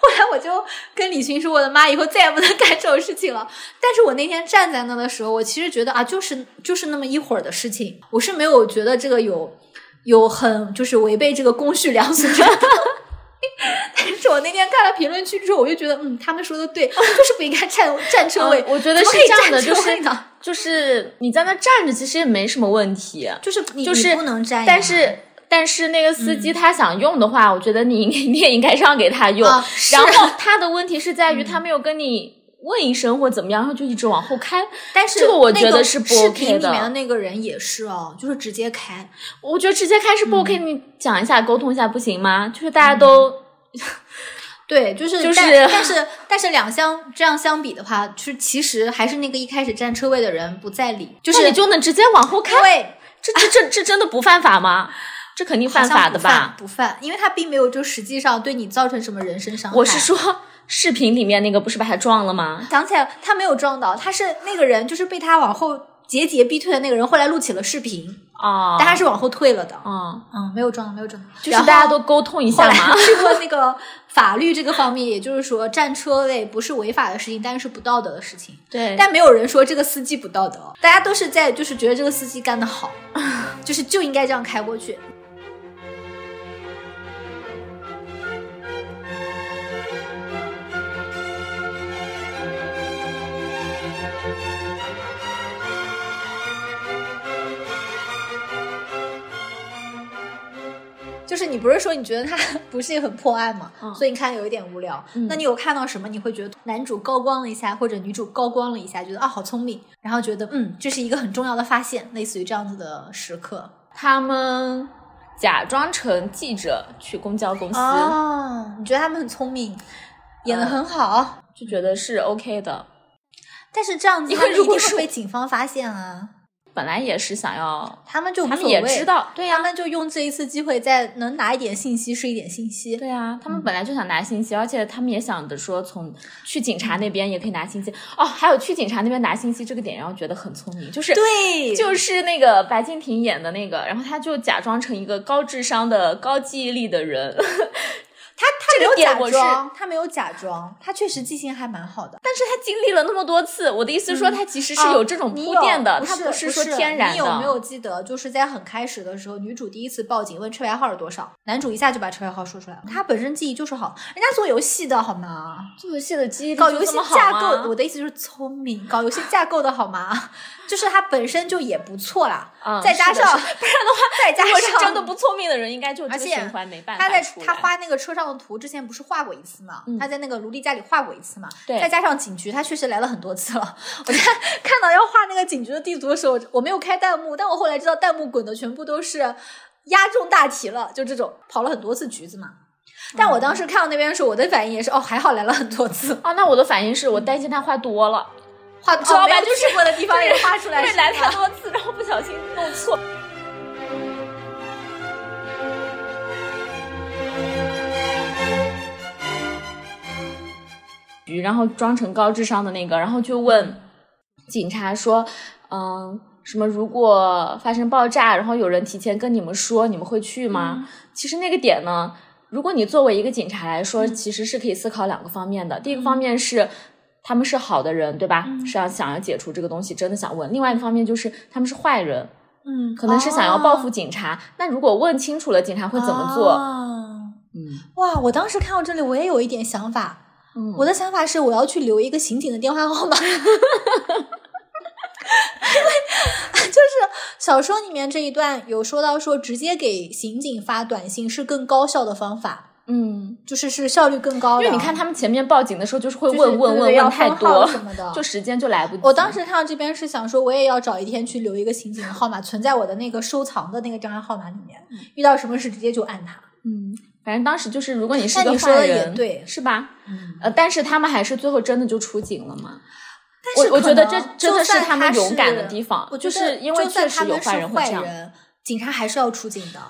Speaker 1: 后来我就跟李迅说：“我的妈，以后再也不能干这种事情了。”但是我那天站在那的时候，我其实觉得啊，就是就是那么一会儿的事情，我是没有觉得这个有有很就是违背这个公序良俗之道。 但是我那天看了评论区之后，我就觉得，嗯，他们说的 对，就是不应该占占车位。
Speaker 2: 嗯我觉得
Speaker 1: 怎么
Speaker 2: 是
Speaker 1: 可以
Speaker 2: 这样
Speaker 1: 占
Speaker 2: 的
Speaker 1: 车
Speaker 2: 就是
Speaker 1: 位呢
Speaker 2: 就是你在那站着，其实也没什么问题，
Speaker 1: 就是你
Speaker 2: 就
Speaker 1: 你
Speaker 2: 是
Speaker 1: 不能占呀，
Speaker 2: 但是。但是那个司
Speaker 1: 嗯
Speaker 2: 机他想用的话，我觉得你应该 你也应该让给他用。
Speaker 1: 啊嗯是
Speaker 2: 然后他的问题是在于他没有跟你问一声或怎么样，然后就一直往后开。
Speaker 1: 但是
Speaker 2: 这个我
Speaker 1: 那
Speaker 2: 觉得
Speaker 1: 个
Speaker 2: 是不
Speaker 1: 视
Speaker 2: OK
Speaker 1: 频里
Speaker 2: 的
Speaker 1: 面的那个人也是哦，就是直接开，
Speaker 2: 我觉得直接开是不
Speaker 1: 嗯
Speaker 2: OK，、你讲一下沟通一下不行吗？就是大家都、
Speaker 1: 对，就是
Speaker 2: 就是
Speaker 1: 但但是但是两相这样相比的话，就是其实还是那个一开始占车位的人不在理，就
Speaker 2: 那
Speaker 1: 是
Speaker 2: 你就能直接往后开，
Speaker 1: 对，
Speaker 2: 这这这这真的不犯法吗？这肯定犯法的吧？
Speaker 1: 不犯，因为他并没有就实际上对你造成什么人身伤害。
Speaker 2: 我是说，视频里面那个不是把他撞了吗？
Speaker 1: 想起来了，他没有撞到，他是那个人就是被他往后节节逼退的那个人，后来录起了视频，
Speaker 2: 啊
Speaker 1: 但他是往后退了的。
Speaker 2: 啊，
Speaker 1: 嗯，没有撞到，没有撞到，
Speaker 2: 就是大家都沟通一下
Speaker 1: 然
Speaker 2: 嘛
Speaker 1: 后后来。去过那个法律这个方面，也就是说占车位不是违法的事情，但是不道德的事情。
Speaker 2: 对但
Speaker 1: 但没有人说这个司机不道德，大家都是在就是觉得这个司机干得好，就是就应该这样开过去。就是你不是说你觉得他 不是一个很破案嘛，
Speaker 2: 嗯
Speaker 1: 所以你看有一点无聊。
Speaker 2: 嗯
Speaker 1: 那你有看到什么？你会觉得男主高光了一下，或者女主高光了一下，觉得啊好聪明，然后觉得嗯这是一个很重要的发现，类似于这样子的时刻。
Speaker 2: 他们假装成记者去公交公司，啊
Speaker 1: 哦，你觉得他们很聪明，演的很好，
Speaker 2: 就觉得是 OK 的。
Speaker 1: 但是这样
Speaker 2: 嗯
Speaker 1: 子
Speaker 2: 因
Speaker 1: 他
Speaker 2: 为
Speaker 1: 们一
Speaker 2: 如果
Speaker 1: 定会
Speaker 2: 是
Speaker 1: 被警方发现啊。
Speaker 2: 本来也是想要，
Speaker 1: 他们就无
Speaker 2: 他
Speaker 1: 所
Speaker 2: 们
Speaker 1: 谓，
Speaker 2: 也知道，对呀、啊
Speaker 1: 他们就用这一次机会，再能拿一点信息是一点信息。
Speaker 2: 对啊，他们本来就想拿信息，而且他们也想着说从去警察那边也可以拿信息。哦，还有去警察那边拿信息这个点，让我觉得很聪明，就是。
Speaker 1: 对就
Speaker 2: 就是那个白敬亭演的那个，然后他就假装成一个高智商的、高记忆力的人，
Speaker 1: 他他没有
Speaker 2: 点
Speaker 1: 假
Speaker 2: 我是
Speaker 1: 装，他没有假装，他确实记性还蛮好的。
Speaker 2: 但是他经历了那么多次，我的意思是说，
Speaker 1: 嗯
Speaker 2: 他其实是
Speaker 1: 哦
Speaker 2: 有这种
Speaker 1: 你
Speaker 2: 铺
Speaker 1: 有
Speaker 2: 垫的，
Speaker 1: 不
Speaker 2: 他
Speaker 1: 是
Speaker 2: 是
Speaker 1: 不
Speaker 2: 说天然的。
Speaker 1: 你有没有记得，就是在很开始的时候，女主第一次报警问车牌号是多少，男主一下就把车牌号说出来了。他本身记忆就是好，人家做游戏的好吗？
Speaker 2: 做游戏的记忆
Speaker 1: 搞游戏架构，我
Speaker 2: 我
Speaker 1: 的意思就是聪明，搞游戏架构的好吗？ 就是他本身就也不错啦，
Speaker 2: 嗯
Speaker 1: 再加
Speaker 2: 是的
Speaker 1: 上
Speaker 2: 是
Speaker 1: 不然的话，再加
Speaker 2: 如
Speaker 1: 上
Speaker 2: 果是真的不聪明的人，应该就这
Speaker 1: 而
Speaker 2: 个
Speaker 1: 且
Speaker 2: 循环没办法
Speaker 1: 他在
Speaker 2: 出来
Speaker 1: 他画那个车上的图之前不是画过一次嘛？
Speaker 2: 嗯
Speaker 1: 他在那个卢丽家里画过一次嘛？
Speaker 2: 对
Speaker 1: 再加上警局，他确实来了很多次了。我在 看到要画那个警局的地图的时候，我没有开弹幕，但我后来知道弹幕滚的全部都是压中大题了，就这种跑了很多次局子嘛。
Speaker 2: 嗯
Speaker 1: 但我当时看到那边的时候，我的反应也是哦，还好来了很多 次，
Speaker 2: 哦，那我的反应是我担心他画多了，
Speaker 1: 画
Speaker 2: 知道
Speaker 1: 哦、没
Speaker 2: 吧
Speaker 1: 有
Speaker 2: 就是
Speaker 1: 去过的地方也画出来
Speaker 2: 对，
Speaker 1: 是
Speaker 2: 来
Speaker 1: 吧
Speaker 2: 太多次，然后不小心弄错。然后装成高智商的那个，然后就问警察说：“嗯，什么？如果发生爆炸，然后有人提前跟你们说，你们会去吗？”其实那个点呢，如果你作为一个警察来说，
Speaker 1: 嗯
Speaker 2: 其实是可以思考两个方面的。第一个方面是。他们是好的人，对吧？
Speaker 1: 嗯
Speaker 2: 是要想要解除这个东西，真的想问。另外一个方面就是他们是坏人，
Speaker 1: 嗯，
Speaker 2: 可能是想要报复
Speaker 1: 哦
Speaker 2: 警察。那如果问清楚了，警察会怎么做？
Speaker 1: 哦
Speaker 2: 嗯
Speaker 1: 哇，我当时看到这里，我也有一点想法。
Speaker 2: 嗯，
Speaker 1: 我的想法是，我要去留一个刑警的电话号码， 因为就是小说里面这一段有说到说，直接给刑警发短信是更高效的方法，
Speaker 2: 嗯，
Speaker 1: 就是是效率更高
Speaker 2: 因
Speaker 1: 的。啊
Speaker 2: 为你看他们前面报警的时候，就是会
Speaker 1: 就是
Speaker 2: 问问
Speaker 1: 对对
Speaker 2: 问
Speaker 1: 对要
Speaker 2: 问太
Speaker 1: 封号
Speaker 2: 多
Speaker 1: 什么的，
Speaker 2: 就时间就来不及。
Speaker 1: 我当时看到这边是想说，我也要找一天去留一个刑警的号码，存在我的那个收藏的那个电话号码里面，遇到什么事直接就按它。
Speaker 2: 嗯，反正当时就是，如果你是
Speaker 1: 但
Speaker 2: 个
Speaker 1: 你说的
Speaker 2: 坏
Speaker 1: 也
Speaker 2: 人，
Speaker 1: 对
Speaker 2: 是吧？
Speaker 1: 嗯，
Speaker 2: 呃，但是他们还是最后真的就出警了嘛。
Speaker 1: 但是
Speaker 2: 我我
Speaker 1: 可
Speaker 2: 觉得
Speaker 1: 能
Speaker 2: 这真的
Speaker 1: 就算
Speaker 2: 他们勇敢的
Speaker 1: 是
Speaker 2: 地方，
Speaker 1: 我觉
Speaker 2: 就
Speaker 1: 得
Speaker 2: 是因为
Speaker 1: 就
Speaker 2: 确
Speaker 1: 算
Speaker 2: 实
Speaker 1: 他
Speaker 2: 有
Speaker 1: 们是坏
Speaker 2: 人会这样。
Speaker 1: 人警察还是要出警的。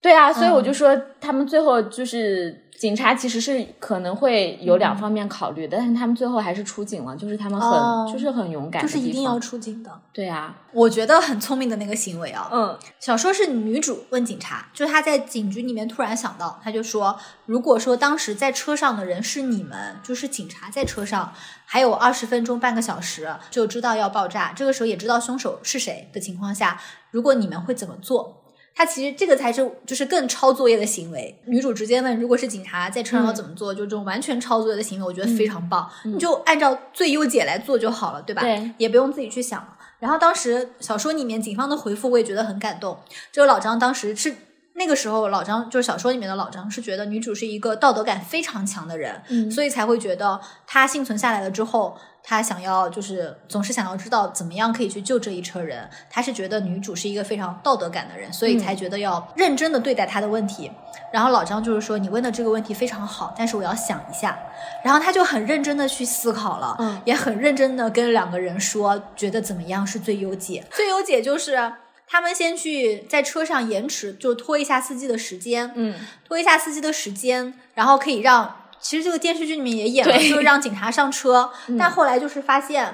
Speaker 2: 对啊，所以我
Speaker 1: 嗯
Speaker 2: 就说，他们最后就是警察其实是可能会有
Speaker 1: 嗯
Speaker 2: 两方面考虑，但是他们最后还是出警了，就是他们很、
Speaker 1: 哦
Speaker 2: 就是很勇敢
Speaker 1: 就
Speaker 2: 的地
Speaker 1: 是
Speaker 2: 方，
Speaker 1: 一定要出警的。
Speaker 2: 对啊，
Speaker 1: 我觉得很聪明的那个行为啊，
Speaker 2: 嗯
Speaker 1: 小说是女主问警察，就是她在警局里面突然想到，她就说，如果说当时在车上的人是你们，就是警察在车上，还有二十分钟半个小时就知道要爆炸，这个时候也知道凶手是谁的情况下，如果你们会怎么做？她其实这个才是就是更抄作业的行为。女主直接问，如果是警察在车上要怎么做，就这种完全抄作业的行为，我觉得非常棒，你就按照最优解来做就好了，对吧？
Speaker 2: 对
Speaker 1: 也不用自己去想了。然后当时小说里面警方的回复我也觉得很感动，就是老张当时是那个时候老张就是小说里面的老张是觉得女主是一个道德感非常强的人，
Speaker 2: 嗯
Speaker 1: 所以才会觉得她幸存下来了之后，她想要就是总是想要知道怎么样可以去救这一车人，她是觉得女主是一个非常道德感的人，所以
Speaker 2: 嗯
Speaker 1: 才觉得要认真的对待她的问题。然后老张就是说你问的这个问题非常好，但是我要想一下，然后他就很认真的去思考了，
Speaker 2: 嗯
Speaker 1: 也很认真的跟两个人说，觉得怎么样是最优解。最优解就是他们先去在车上延迟，就拖一下司机的时间，
Speaker 2: 嗯，
Speaker 1: 拖一下司机的时间，然后可以让，其实这个电视剧里面也演了，
Speaker 2: 对
Speaker 1: 就是让警察上车，
Speaker 2: 嗯
Speaker 1: 但后来就是发现，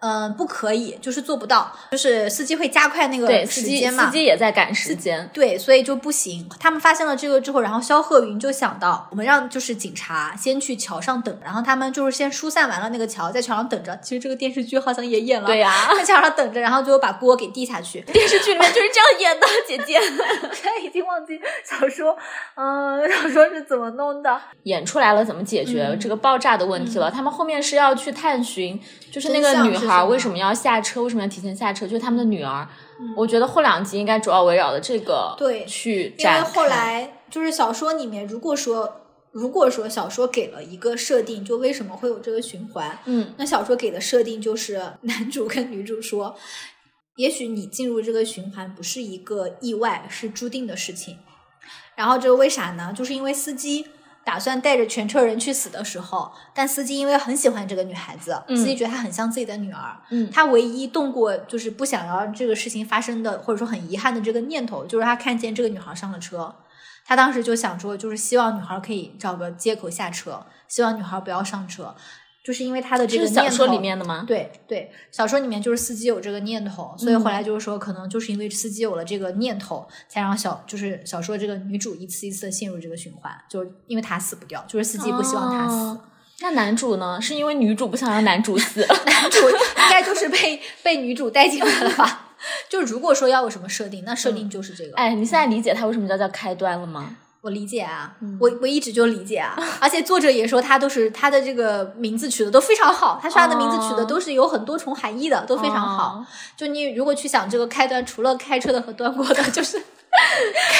Speaker 1: 嗯、不可以，就是做不到，就是司机会加快那
Speaker 2: 对，
Speaker 1: 个
Speaker 2: 司
Speaker 1: 时
Speaker 2: 机
Speaker 1: 间嘛
Speaker 2: 司，机也在赶时间，
Speaker 1: 对，所以就不行。他们发现了这个之后，然后肖鹤云就想到，我们让就是警察先去桥上等，然后他们就是先疏散完了那个桥，在桥上等着。其实这个电视剧好像也演了，
Speaker 2: 对啊呀、
Speaker 1: 在桥上等着，然后最后把锅给递下去。
Speaker 2: 电视剧里面就是这样演的，姐姐。
Speaker 1: 我现在已经忘记小说，嗯、 小说是怎么弄的？
Speaker 2: 演出来了怎么解决
Speaker 1: 嗯
Speaker 2: 这个爆炸的问题了。他们后面是要去探寻，就是那
Speaker 1: 真
Speaker 2: 个
Speaker 1: 相
Speaker 2: 女
Speaker 1: 是
Speaker 2: 孩
Speaker 1: 什么
Speaker 2: 为什么要下车，为什么要提前下车，就是他们的女儿。我觉得后两集应该主要围绕着这个
Speaker 1: 嗯对
Speaker 2: 去
Speaker 1: 因为
Speaker 2: 展开。
Speaker 1: 后来就是小说里面，如果说如果说小说给了一个设定，就为什么会有这个循环？
Speaker 2: 嗯，
Speaker 1: 那小说给的设定就是 男主跟女主说，也许你进入这个循环不是一个意外，是注定的事情。然后这个为啥呢？就是因为司机打算带着全车人去死的时候，但司机因为很喜欢这个女孩子，
Speaker 2: 嗯
Speaker 1: 司机觉得她很像自己的女儿，
Speaker 2: 嗯
Speaker 1: 他唯一动过就是不想要这个事情发生的，或者说很遗憾的这个念头，就是他看见这个女孩上了车，他当时就想说，就是希望女孩可以找个借口下车，希望女孩不要上车，就是因为他的这
Speaker 2: 这
Speaker 1: 个
Speaker 2: 是
Speaker 1: 念头。
Speaker 2: 小说里面的吗？
Speaker 1: 对对，小说里面就是司机有这个念头，所以后来
Speaker 2: 嗯
Speaker 1: 就是说，可能就是因为司机有了这个念头，才让小就是小说这个女主一次一次地陷入这个循环，就是因为她死不掉，就是司机不希望她死。
Speaker 2: 哦那男主呢？是因为女主不想让男主 死，
Speaker 1: 男主应该就是被被女主带进来了吧？ 就如果说要有什么设定，那设定就是这个。
Speaker 2: 哎，你现在理解他为什么叫叫开端了吗？
Speaker 1: 我理解啊，
Speaker 2: 嗯
Speaker 1: 我我一直就理解啊，而且作者也说他都是他的这个名字取的都非常好，他说他的名字取的
Speaker 2: 哦
Speaker 1: 都是有很多重含义的，都非常好。
Speaker 2: 哦，
Speaker 1: 就你如果去想这个开端，除了开车的和端锅的， 就是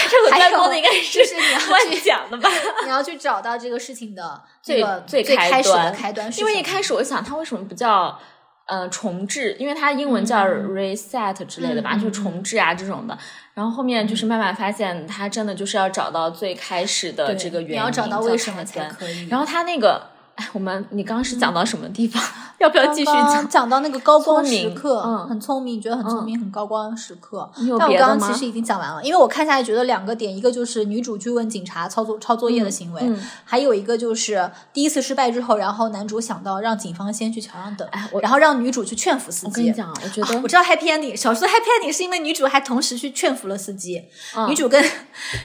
Speaker 2: 这个
Speaker 1: 还
Speaker 2: 开
Speaker 1: 有
Speaker 2: 端的应该是
Speaker 1: 就是 你要 去
Speaker 2: 乱讲的吧？
Speaker 1: 你要去找到这个事情的
Speaker 2: 最
Speaker 1: 这个
Speaker 2: 最
Speaker 1: 最
Speaker 2: 开
Speaker 1: 开始的
Speaker 2: 端
Speaker 1: 开端是什
Speaker 2: 因
Speaker 1: 么，
Speaker 2: 为一开始我想，它为什么不叫呃重置？因为它英文叫 reset 之类的吧，
Speaker 1: 嗯嗯嗯嗯
Speaker 2: 就是重置啊这种的。然后后面就是慢慢发现，它真的就是要找到最开始的
Speaker 1: 对
Speaker 2: 这个原因，
Speaker 1: 你要找到为什么
Speaker 2: 叫
Speaker 1: 才
Speaker 2: 开端。
Speaker 1: 可以。
Speaker 2: 然后它那个，哎，我们你刚刚是讲到什么地方？ 要不要继续
Speaker 1: 刚刚
Speaker 2: 讲？
Speaker 1: 讲到那个高光
Speaker 2: 聪
Speaker 1: 时
Speaker 2: 明
Speaker 1: 刻，
Speaker 2: 嗯
Speaker 1: 很聪明，觉得很聪明，很高光时刻。
Speaker 2: 你有
Speaker 1: 但我
Speaker 2: 别的
Speaker 1: 刚刚
Speaker 2: 吗
Speaker 1: 其实已经讲完了，因为我看下来觉得两个点，一个就是女主去问警察操作抄作业的行为，
Speaker 2: 嗯
Speaker 1: 还有一个就是第一次失败之后，然后男主想到让警方先去桥上等，
Speaker 2: 哎，我
Speaker 1: 然后让女主去劝服司
Speaker 2: 我跟你
Speaker 1: 机。
Speaker 2: 讲，我觉
Speaker 1: 啊
Speaker 2: 得、
Speaker 1: 我知道 happy ending，小说的 happy ending 是因为女主还同时去劝服了司机，
Speaker 2: 嗯
Speaker 1: 女主跟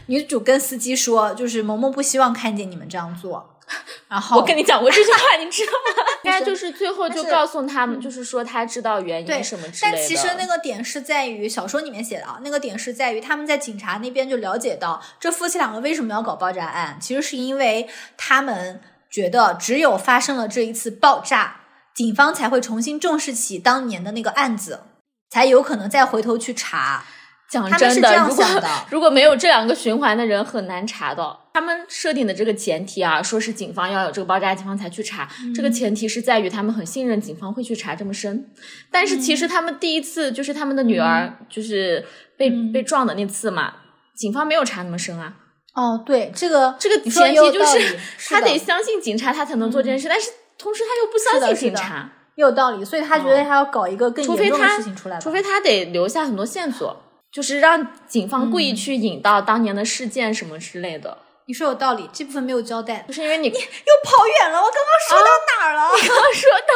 Speaker 1: 女主跟司机说，就是萌萌不希望看见你们这样做， 然后
Speaker 2: 我跟你讲过这句 话，你知道吗？应该就是最后就
Speaker 1: 但是
Speaker 2: 告诉他们，就是说他知道原
Speaker 1: 嗯对
Speaker 2: 因什么之类
Speaker 1: 但
Speaker 2: 的。
Speaker 1: 其实那个点是在于小说里面写的啊，那个点是在于他们在警察那边就了解到这夫妻两个为什么要搞爆炸案，其实是因为他们觉得只有发生了这一次爆炸，警方才会重新重视起当年的那个案子，才有可能再回头去查。
Speaker 2: 讲
Speaker 1: 他们
Speaker 2: 真
Speaker 1: 是
Speaker 2: 的
Speaker 1: 这，样
Speaker 2: 如果
Speaker 1: 想的
Speaker 2: 如果没有这两个循环的人，很难查到。他们设定的这个前提啊，说是警方要有这个爆炸，警方才去查。
Speaker 1: 嗯
Speaker 2: 这个前提是在于他们很信任警方会去查这么深。但是
Speaker 1: 嗯
Speaker 2: 其实他们第一次就是他们的女儿就是被、
Speaker 1: 嗯
Speaker 2: 被撞的那次嘛，警方没有查那么深啊。
Speaker 1: 哦，对，这个
Speaker 2: 这个
Speaker 1: 你说
Speaker 2: 前提
Speaker 1: 也有
Speaker 2: 就
Speaker 1: 道
Speaker 2: 是
Speaker 1: 理
Speaker 2: 他
Speaker 1: 的嗯
Speaker 2: 得相信警察，他才能做这件事。但是同时他又不
Speaker 1: 是
Speaker 2: 相
Speaker 1: 的
Speaker 2: 信
Speaker 1: 是
Speaker 2: 警
Speaker 1: 的
Speaker 2: 察，
Speaker 1: 也有道理，所以他觉得他要搞一个更
Speaker 2: 除
Speaker 1: 严
Speaker 2: 非
Speaker 1: 重的
Speaker 2: 他
Speaker 1: 事情出来吧，
Speaker 2: 除非他得留下很多线索。就是让警方
Speaker 1: 嗯
Speaker 2: 故意去引到当年的事件什么之类的，
Speaker 1: 你说有道理，这部分没有交代，啊
Speaker 2: 就是因为你刚
Speaker 1: 又跑远了，我刚刚说到哪儿了？
Speaker 2: 刚说到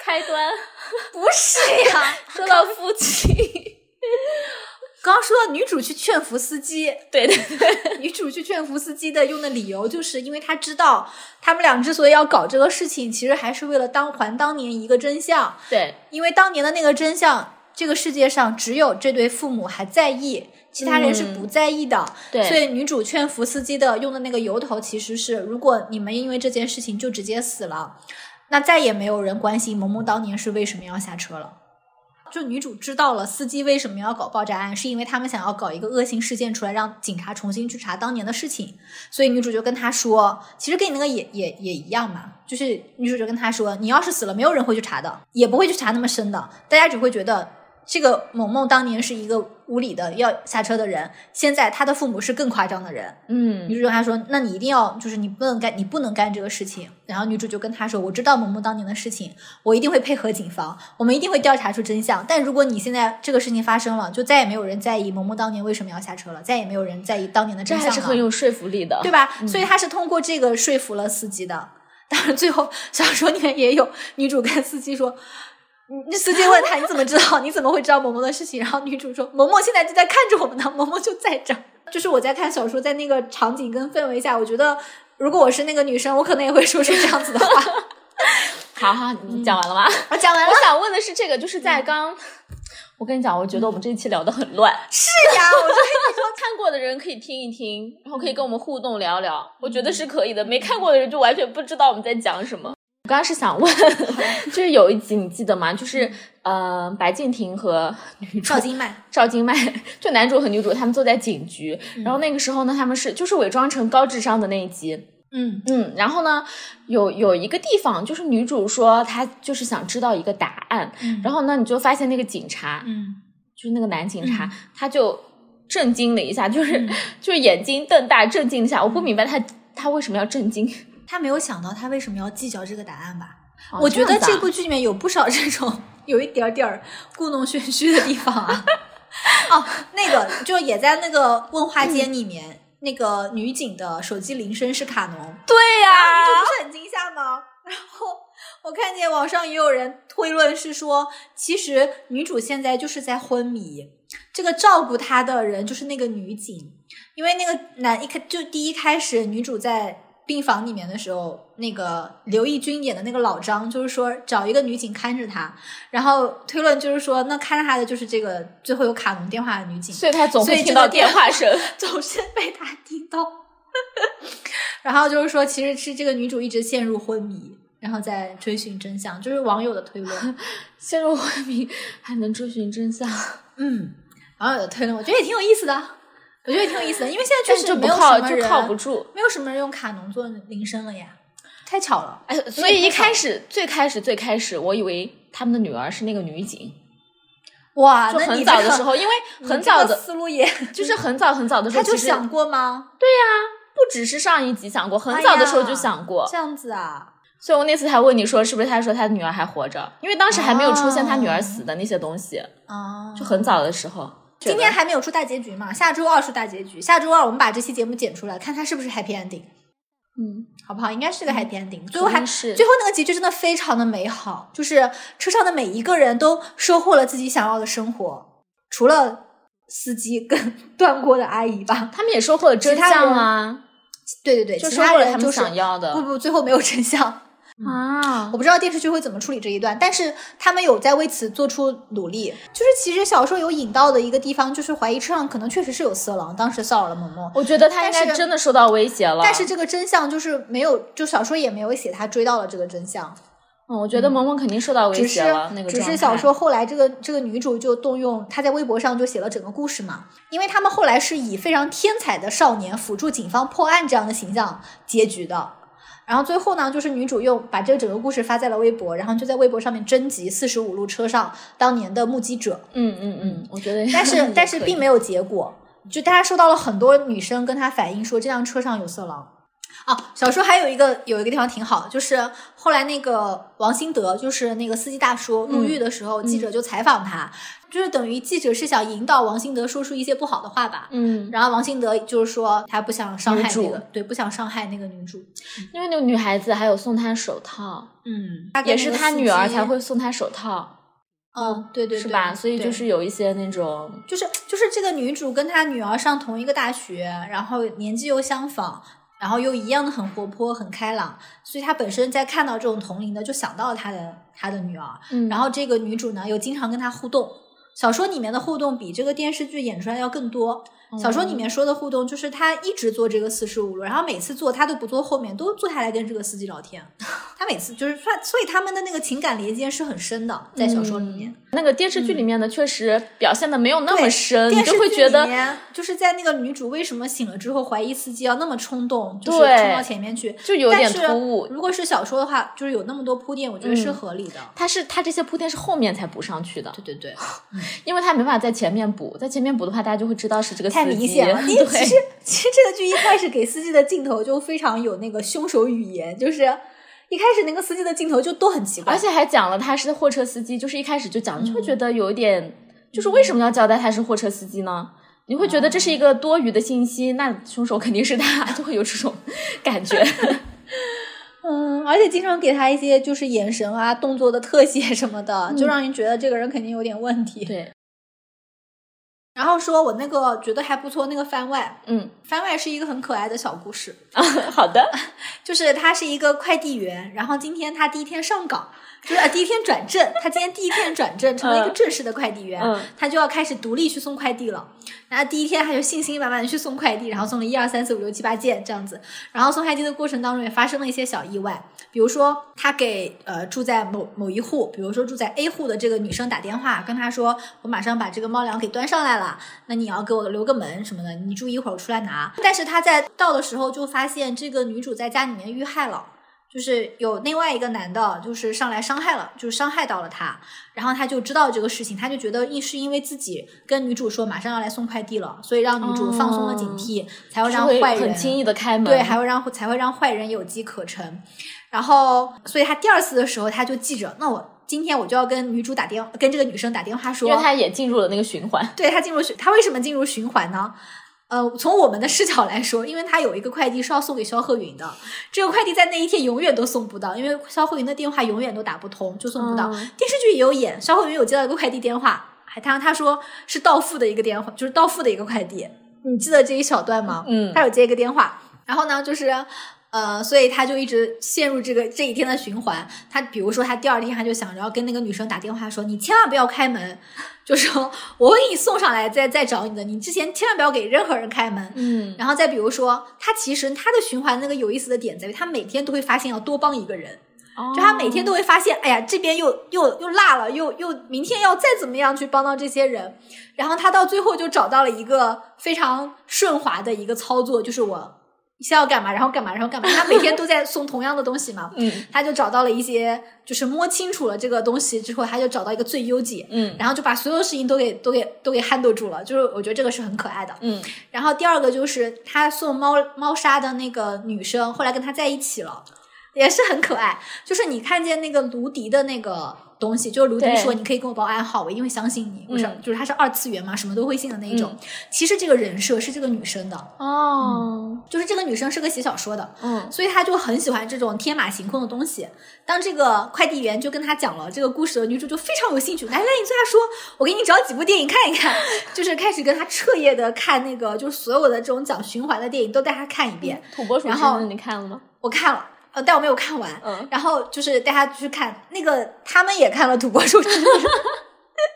Speaker 2: 开 端，
Speaker 1: 不是呀。
Speaker 2: 说到夫妻，
Speaker 1: 刚刚说到女主去劝服司机，
Speaker 2: 对对对，
Speaker 1: 女主去劝服司机的用的理由，就是因为她知道他们俩之所以要搞这个事情，其实还是为了当还当年一个真相，
Speaker 2: 对
Speaker 1: 因为当年的那个真相，这个世界上只有这对父母还在意。其他人是不在意的，
Speaker 2: 对
Speaker 1: 所以女主劝服司机的用的那个由头其实是，如果你们因为这件事情就直接死了，那再也没有人关心萌萌当年是为什么要下车了。就女主知道了司机为什么要搞爆炸案，是因为他们想要搞一个恶性事件出来，让警察重新去查当年的事情。所以女主就跟他说，其实跟你那个也也也一样嘛，就是女主就跟他说，你要是死了，没有人会去查的，也不会去查那么深的，大家只会觉得这个萌萌当年是一个无理的要下车的人，现在他的父母是更夸张的人。
Speaker 2: 嗯
Speaker 1: 女主就跟他说：“那你一定要，就是你不能干，你不能干这个事情。”然后女主就跟他说：“我知道萌萌当年的事情，我一定会配合警方，我们一定会调查出真相。但如果你现在这个事情发生了，就再也没有人在意萌萌当年为什么要下车了，再也没有人在意当年的
Speaker 2: 这
Speaker 1: 真相
Speaker 2: 还
Speaker 1: 了，
Speaker 2: 是很有说服力的，
Speaker 1: 对吧？所以他是通过这个说服了司机的。当然，最后小说里面也有女主跟司机说，嗯那司机问他你怎么知道？你怎么会知道萌萌的事情？然后女主说，萌萌现在就在看着我们呢，萌萌就在这儿。就是我在看小说，在那个场景跟氛围下，我觉得如果我是那个女生，我可能也会说出这样子的 话。
Speaker 2: 好好，你讲完了吗？
Speaker 1: 我啊讲完了
Speaker 2: 嗯 我，想问的是，这个就是在刚，我跟你讲，我觉得我们这一期聊得很 乱。
Speaker 1: 是呀，我就
Speaker 2: 看过的人可以听一听，然后可以跟我们互动聊聊，我觉得是可以的。没看过的人就完全不知道我们在讲什么。我刚刚是想问， 就是有一集你记得吗？就是呃，白敬亭和女主
Speaker 1: 赵今麦，
Speaker 2: 赵今麦， 就男主和女主他们坐在警局，然后那个时候呢，他们是就是伪装成高智商的那一集，
Speaker 1: 嗯
Speaker 2: 嗯，然后呢，有有一个地方，就是女主说她就是想知道一个答案，
Speaker 1: 嗯
Speaker 2: 然后呢，你就发现那个警察，
Speaker 1: 嗯
Speaker 2: 就是那个男警察，他就震惊了一下，就是、 就是眼睛瞪大，震惊一下，我不明白他他为什么要震惊。
Speaker 1: 他没有想到他为什么要计较这个答案吧？
Speaker 2: 哦
Speaker 1: 我觉
Speaker 2: 这
Speaker 1: 得
Speaker 2: 样子啊
Speaker 1: 这部剧里面有不少这种有一点点儿故弄玄虚的地方啊。 哦，那个就也在那个问话间里面，那个女警的手机铃声是卡农，
Speaker 2: 对呀、
Speaker 1: 这不是很惊吓吗？然后我看见网上也有人推论是说，其实女主现在就是在昏迷，这个照顾她的人就是那个女警，因为那个男一开就第一开始女主在。病房里面的时候，那个刘奕君演的那个老张，就是说找一个女警看着她，然后推论就是说，那看着她的就是这个最后有卡农电话的女 警，
Speaker 2: 所以他总
Speaker 1: 所以
Speaker 2: 会
Speaker 1: 这
Speaker 2: 听
Speaker 1: 个
Speaker 2: 到
Speaker 1: 电
Speaker 2: 电话声。
Speaker 1: 总是被他听到。 然后就是说，其实是这个女主一直陷入昏迷，然后在追寻真相，就是网友的推论。
Speaker 2: 陷入昏迷还能追寻真相，
Speaker 1: 嗯，网友的推论，我觉得也挺有意思的，我觉得也挺有意思的，因为现在
Speaker 2: 但是
Speaker 1: 确 实
Speaker 2: 就不
Speaker 1: 没有
Speaker 2: 靠
Speaker 1: 什么
Speaker 2: 就
Speaker 1: 人，
Speaker 2: 靠不住。
Speaker 1: 没有什么人用卡农做铃声了呀，太巧了。
Speaker 2: 哎，所以一开始最开始最开始，我以为他们的女儿是那个女警，
Speaker 1: 哇，
Speaker 2: 就
Speaker 1: 啊那
Speaker 2: 很
Speaker 1: 你
Speaker 2: 早
Speaker 1: 这
Speaker 2: 的
Speaker 1: 个
Speaker 2: 时，候，因为
Speaker 1: 你
Speaker 2: 很
Speaker 1: 这
Speaker 2: 早
Speaker 1: 个
Speaker 2: 的，
Speaker 1: 思路 也，
Speaker 2: 就是很早很早的时
Speaker 1: 他
Speaker 2: 候，
Speaker 1: 就
Speaker 2: 其实
Speaker 1: 想过哎吗？
Speaker 2: 不只是上一集想过，很早的时候就想过，
Speaker 1: 这样子啊，
Speaker 2: 所以我那次才问你说是不是他说他女儿还活着，因为当时还没有出现他女儿死的那些东西，
Speaker 1: 哦，
Speaker 2: 就很早的时候。
Speaker 1: 今天还没有出大结局嘛，下周二出大结局，下周二我们把这期节目剪出来，看它是不是 happy ending。
Speaker 2: 嗯，
Speaker 1: 好不好？应该是个 happy ending、最后还
Speaker 2: 定是
Speaker 1: 最后那个结局真的非常的美好，就是车上的每一个人都收获了自己想要的生活，除了司机跟 断锅的阿姨吧。
Speaker 2: 他们也收获了真相啊，
Speaker 1: 对对对，
Speaker 2: 就
Speaker 1: 其
Speaker 2: 收获了
Speaker 1: 人
Speaker 2: 他
Speaker 1: 就
Speaker 2: 们
Speaker 1: 是
Speaker 2: 想要的
Speaker 1: 不不，最后没有真相。
Speaker 2: 啊
Speaker 1: 我。不知道电视剧会怎么处理这一段，但是他们有在为此做出努力。就是其实小说有引到的一个地方，就是怀疑车上可能确实是有色狼，当时骚扰了萌萌。
Speaker 2: 我觉得他应
Speaker 1: 但
Speaker 2: 该
Speaker 1: 是
Speaker 2: 真的受到威胁了，
Speaker 1: 但是这个真相就是没有，就小说也没有写他追到了这个真相。
Speaker 2: 嗯，我觉得萌萌肯定受到威
Speaker 1: 只
Speaker 2: 胁
Speaker 1: 是
Speaker 2: 了。那个
Speaker 1: 只
Speaker 2: 状态
Speaker 1: 是小说后来这个这个女主就动用她在微博上就写了整个故事嘛，因为他们后来是以非常天才的少年辅助警方破案这样的形象结局的。然后最后呢，就是女主又把这个整个故事发在了微博，然后就在微博上面征集四十五路车上当年的目击者，
Speaker 2: 嗯嗯嗯，我觉 得也可以，
Speaker 1: 但 是但是并没有结果，就大家收到了很多女生跟她反映说这辆车上有色狼。哦，小说还有一个有一个地方挺好，就是后来那个王兴德，就是那个司机大叔
Speaker 2: 嗯
Speaker 1: 入狱的时候，记者就采访他，就是等于记者是想引导王兴德说出一些不好的话吧。
Speaker 2: 嗯，
Speaker 1: 然后王兴德就是说他不想伤害
Speaker 2: 女
Speaker 1: 那
Speaker 2: 主嗯
Speaker 1: 个，对，不想伤害那个女主。
Speaker 2: 因为那个女孩子还有送她手套，
Speaker 1: 嗯，他跟
Speaker 2: 也
Speaker 1: 那
Speaker 2: 是
Speaker 1: 个
Speaker 2: 她
Speaker 1: 司
Speaker 2: 女儿
Speaker 1: 机
Speaker 2: 才。会送她手套，
Speaker 1: 嗯，对对对，
Speaker 2: 是吧？所以
Speaker 1: 对
Speaker 2: 就是有一些那种
Speaker 1: 就是就是这个女主跟她女儿上同一个大学，然后年纪又相仿，然后又一样的很活泼、很开朗，所以她本身在看到这种同龄的，就想到了她的她的女儿。
Speaker 2: 嗯
Speaker 1: 然后这个女主呢，又经常跟她互动。小说里面的互动比这个电视剧演出来要更多，小说里面说的互动就是他一直坐这个四十五路，然后每次坐他都不坐后面，都坐下来跟这个司机聊天。 他每次就是算，所以他们的那个情感连接是很深的，在小说里面。
Speaker 2: 那个电视剧里面的确实表现的没有那么深，呃你
Speaker 1: 嗯电视
Speaker 2: 就
Speaker 1: 剧
Speaker 2: 会觉
Speaker 1: 里
Speaker 2: 得
Speaker 1: 面就是在那个女主为什么醒了之后怀疑司机要那么冲动，就是
Speaker 2: 对
Speaker 1: 冲到前面去，
Speaker 2: 就有点
Speaker 1: 但是
Speaker 2: 突兀。嗯
Speaker 1: 如果是小说的话，就是有那么多铺垫，我觉得是合理的。
Speaker 2: 它是它这些铺垫是后面才补上去的，
Speaker 1: 对对 对，
Speaker 2: 因为它没法在前面补，在前面补的话，大家就会知道是这个司机。
Speaker 1: 太明显 了。因为其实
Speaker 2: 对，
Speaker 1: 其实这个剧一开始给司机的镜头就非常有那个凶手语言，就是一开始那个司机的镜头就都很奇怪，
Speaker 2: 而且还讲了他是货车司机，就是一开始就讲，就会觉得有一点，
Speaker 1: 嗯
Speaker 2: 就是为什么要交代他是货车司机呢？你会觉得这是一个多余的信息，那凶手肯定是他，就会有这种感 觉。
Speaker 1: 嗯，而且经常给他一些就是眼神啊、动作的特写什么的，就让人觉得这个人肯定有点问题。
Speaker 2: 嗯对，
Speaker 1: 然后说我那个觉得还不错，那个番外，
Speaker 2: 嗯，
Speaker 1: 番外是一个很可爱的小故事，
Speaker 2: 好的，
Speaker 1: 就是他是一个快递员，然后今天他第一天上岗，就是呃第一天转正，他今天第一天转正成为一个正式的快递员，
Speaker 2: 嗯
Speaker 1: 他就要开始独立去送快递了。然后第一天他就信心满满的去送快递，然后送了一二三四五六七八件这样子。然后送快递的过程当中也发生了一些小意外，比如说他给呃住在某某一户，比如说住在 A 户的这个女生打电话，跟她说我马上把这个猫粮给端上来了，那你要给我留个门什么的，你住一会儿我出来拿。但是他在到的时候就发现这个女主在家里面遇害了。就是有另外一个男的，就是上来伤害了，就是伤害到了她，然后他就知道这个事情，他就觉得一是因为自己跟女主说马上要来送快递了，所以让女主放松了警惕，才会
Speaker 2: 哦就
Speaker 1: 让
Speaker 2: 会
Speaker 1: 坏人啊
Speaker 2: 很轻易的开门。
Speaker 1: 对，还会让才会让坏人有机可乘。然后，所以他第二次的时候，他就记着，那我今天我就要跟女主打电，跟这个女生打电话说，
Speaker 2: 因为他也进入了那个循环。
Speaker 1: 对他进入循，他为什么进入循环呢？呃，从我们的视角来说，因为他有一个快递是要送给肖鹤云的，这个快递在那一天永远都送不到，因为肖鹤云的电话永远都打不通，就送不到。
Speaker 2: 嗯
Speaker 1: 电视剧也有演，肖鹤云有接到一个快递电话，还他他说是到付的一个电话，就是到付的一个快递，你记得这一小段吗？
Speaker 2: 嗯
Speaker 1: 他有接一个电话，然后呢，就是呃，所以他就一直陷入这个这一天的循环。他比如说，他第二天他就想着要跟那个女生打电话说：“你千万不要开门， 就说我会给你送上来再再找你的，你之前千万不要给任何人开门。”
Speaker 2: 嗯，，
Speaker 1: 然后再比如说，他其实他的循环那个有意思的点在于，他每天都会发现要多帮一个人。就他每天都会发现，哎呀，这边又又又落了，又又明天要再怎么样去帮到这些人，然后他到最后就找到了一个非常顺滑的一个操作，就是我先要干嘛，然后干嘛，然后干嘛，他每天都在送同样的东西嘛
Speaker 2: 嗯
Speaker 1: 他就找到了一些，就是摸清楚了这个东西之后，他就找到一个最优解，
Speaker 2: 嗯
Speaker 1: 然后就把所有事情都给都给都给 handle 住了，就是我觉得这个是很可爱的，
Speaker 2: 嗯
Speaker 1: 然后第二个就是他送猫猫砂的那个女生，后来跟他在一起了，也是很可爱。就是你看见那个卢迪的那个东西，就是卢迪
Speaker 2: 对
Speaker 1: 说你可以跟我报暗号，我一定会相信你。我想、
Speaker 2: 嗯
Speaker 1: 就是他是二次元嘛，什么都会信的那一种。其实这个人设是这个女生的，
Speaker 2: 哦
Speaker 1: 就是这个女生是个写小说的，
Speaker 2: 嗯
Speaker 1: 所以他就很喜欢这种天马行空的东西。当这个快递员就跟他讲了这个故事的女主就非常有兴趣，来来，你对他说，我给你找几部电影看一看， 就是开始跟他彻夜的看那个，就是所有的这种讲循环的电影都带他看一遍。
Speaker 2: 土拨鼠
Speaker 1: 然后
Speaker 2: 真的你看了吗？
Speaker 1: 我看了，呃，但我没有看完。
Speaker 2: 嗯
Speaker 1: 然后就是带他去看那个，他们也看了《土拨鼠之路》，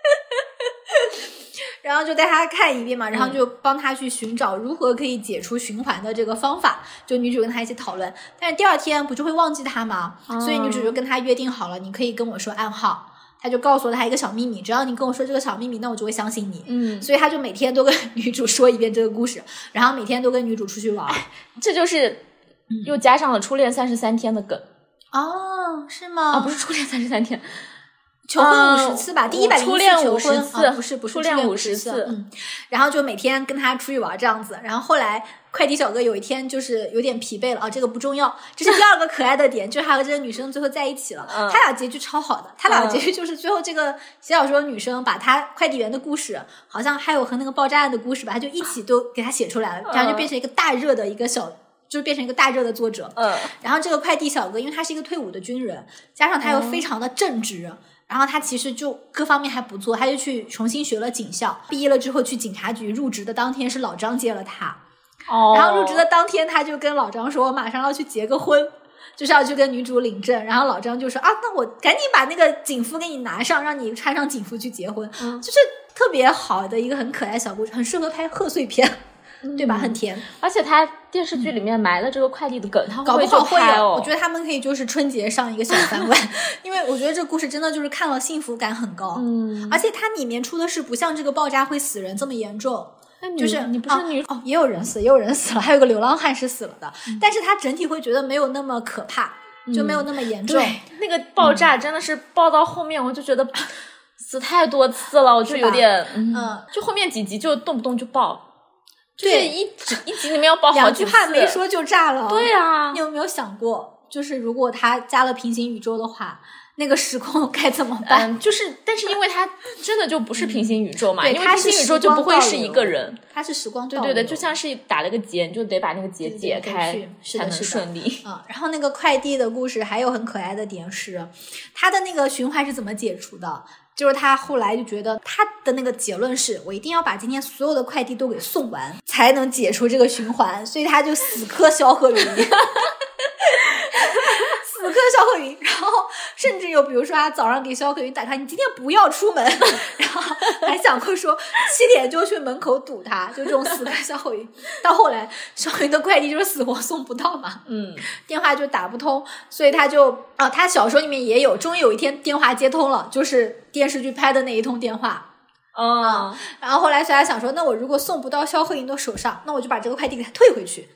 Speaker 1: 然后就带他看一遍嘛，
Speaker 2: 嗯
Speaker 1: 然后就帮他去寻找如何可以解除循环的这个方法。就女主跟他一起讨论，但是第二天不就会忘记他吗？
Speaker 2: 哦
Speaker 1: 所以女主就跟他约定好了，你可以跟我说暗号。他就告诉了他一个小秘密，只要你跟我说这个小秘密，那我就会相信你。
Speaker 2: 嗯，
Speaker 1: 所以他就每天都跟女主说一遍这个故事，然后每天都跟女主出去玩儿。
Speaker 2: 这就是又加上了初恋三十三天的梗
Speaker 1: 哦，是吗？
Speaker 2: 啊，不是初恋三十三天，
Speaker 1: 求婚五十次吧，
Speaker 2: 嗯
Speaker 1: 第一百零
Speaker 2: 初恋
Speaker 1: 求
Speaker 2: 50
Speaker 1: 婚
Speaker 2: 次
Speaker 1: 啊不是不是
Speaker 2: 初恋
Speaker 1: 50
Speaker 2: 50
Speaker 1: 次
Speaker 2: 次，
Speaker 1: 嗯，然后就每天跟他出去玩这样子，然后后来快递小哥有一天就是有点疲惫了啊，这个不重要，这是第二个可爱的点， 就是他和这个女生最后在一起了，
Speaker 2: 嗯
Speaker 1: 他俩结局超好的，他俩
Speaker 2: 嗯
Speaker 1: 结局就是最后这个写小说的女生把他快递员的故事，好像还有和那个爆炸案的故事吧，他就一起都给他写出来了，然后就
Speaker 2: 嗯
Speaker 1: 变成一个大热的一个小，就变成一个大热的作者，
Speaker 2: 嗯，
Speaker 1: 然后这个快递小哥，因为他是一个退伍的军人，加上他又
Speaker 2: 哦
Speaker 1: 非常的正直，然后他其实就各方面还不错，他就去重新学了警校，毕业了之后去警察局入职的当天是老张接了他，
Speaker 2: 哦
Speaker 1: 然后入职的当天他就跟老张说，我马上要去结个婚。就是要去跟女主领证，然后老
Speaker 2: 嗯
Speaker 1: 张就说啊，那我赶紧把那个警服给你拿上，让你穿上警服去结婚，就是特别好的一个很可爱小故事，很适合拍贺岁片，对吧？
Speaker 2: 嗯
Speaker 1: 很甜，
Speaker 2: 而且他电视剧里面埋了这个快递的梗，他
Speaker 1: 搞
Speaker 2: 会
Speaker 1: 不
Speaker 2: 去
Speaker 1: 好会
Speaker 2: 拍
Speaker 1: 有。
Speaker 2: 哦。
Speaker 1: 我觉得他们可以就是春节上一个小番外， 因为我觉得这故事真的就是看了幸福感很高。
Speaker 2: 嗯，
Speaker 1: 而且它里面出的是不像这个爆炸会死人这么严重，
Speaker 2: 那女
Speaker 1: 就是
Speaker 2: 你不是
Speaker 1: 哦
Speaker 2: 女嗯
Speaker 1: 哦，也有人死，也有人死了，还有个流浪汉是死了的，但是他整体会觉得没有那么可怕，就没有那么严重。
Speaker 2: 对，那个
Speaker 1: 嗯
Speaker 2: 爆炸真的是爆到后面，我就觉得死太多次了，我就是
Speaker 1: 吧
Speaker 2: 有点，嗯
Speaker 1: 嗯，
Speaker 2: 就后面几集就动不动就爆，就是
Speaker 1: 对
Speaker 2: 一集一集里面要爆好
Speaker 1: 两
Speaker 2: 几
Speaker 1: 句
Speaker 2: 次
Speaker 1: 话没，说就炸了。哦
Speaker 2: 对、啊
Speaker 1: 你，有没有想过，就是如果他加了平行宇宙的话，那个时空该怎么办？
Speaker 2: 嗯，就是，但是因为它真的就不是平行宇宙嘛，
Speaker 1: 嗯对
Speaker 2: 因为
Speaker 1: 它
Speaker 2: 平
Speaker 1: 是
Speaker 2: 行宇宙就不会是一个人，
Speaker 1: 他是时光
Speaker 2: 对
Speaker 1: 倒
Speaker 2: 对对，
Speaker 1: 流
Speaker 2: 就像是打了个结，你就得把那个结
Speaker 1: 对对
Speaker 2: 解
Speaker 1: 对
Speaker 2: 开
Speaker 1: 去，是
Speaker 2: 才
Speaker 1: 的
Speaker 2: 能
Speaker 1: 是的
Speaker 2: 顺利。
Speaker 1: 嗯，然后那个快递的故事还有很可爱的点是，他的那个循环是怎么解除的？就是他后来就觉得他的那个结论是我一定要把今天所有的快递都给送完，才能解除这个循环，所以他就死磕肖鹤云， 死磕肖鹤云。然后甚至有比如说他早上给肖鹤云打电话，你今天不要出门， 然后还想过说七点就去门口堵他，就这种死磕肖鹤云。到后来肖鹤云的快递就是死活送不到嘛，
Speaker 2: 嗯，
Speaker 1: 电话就打不通，所以他就啊，他小说里面也有，终于有一天电话接通了，就是电视剧拍的那一通电话。
Speaker 2: 哦，
Speaker 1: 然后后来小雅想说，那我如果送不到肖鹤云的手上，那我就把这个快递给他退回去，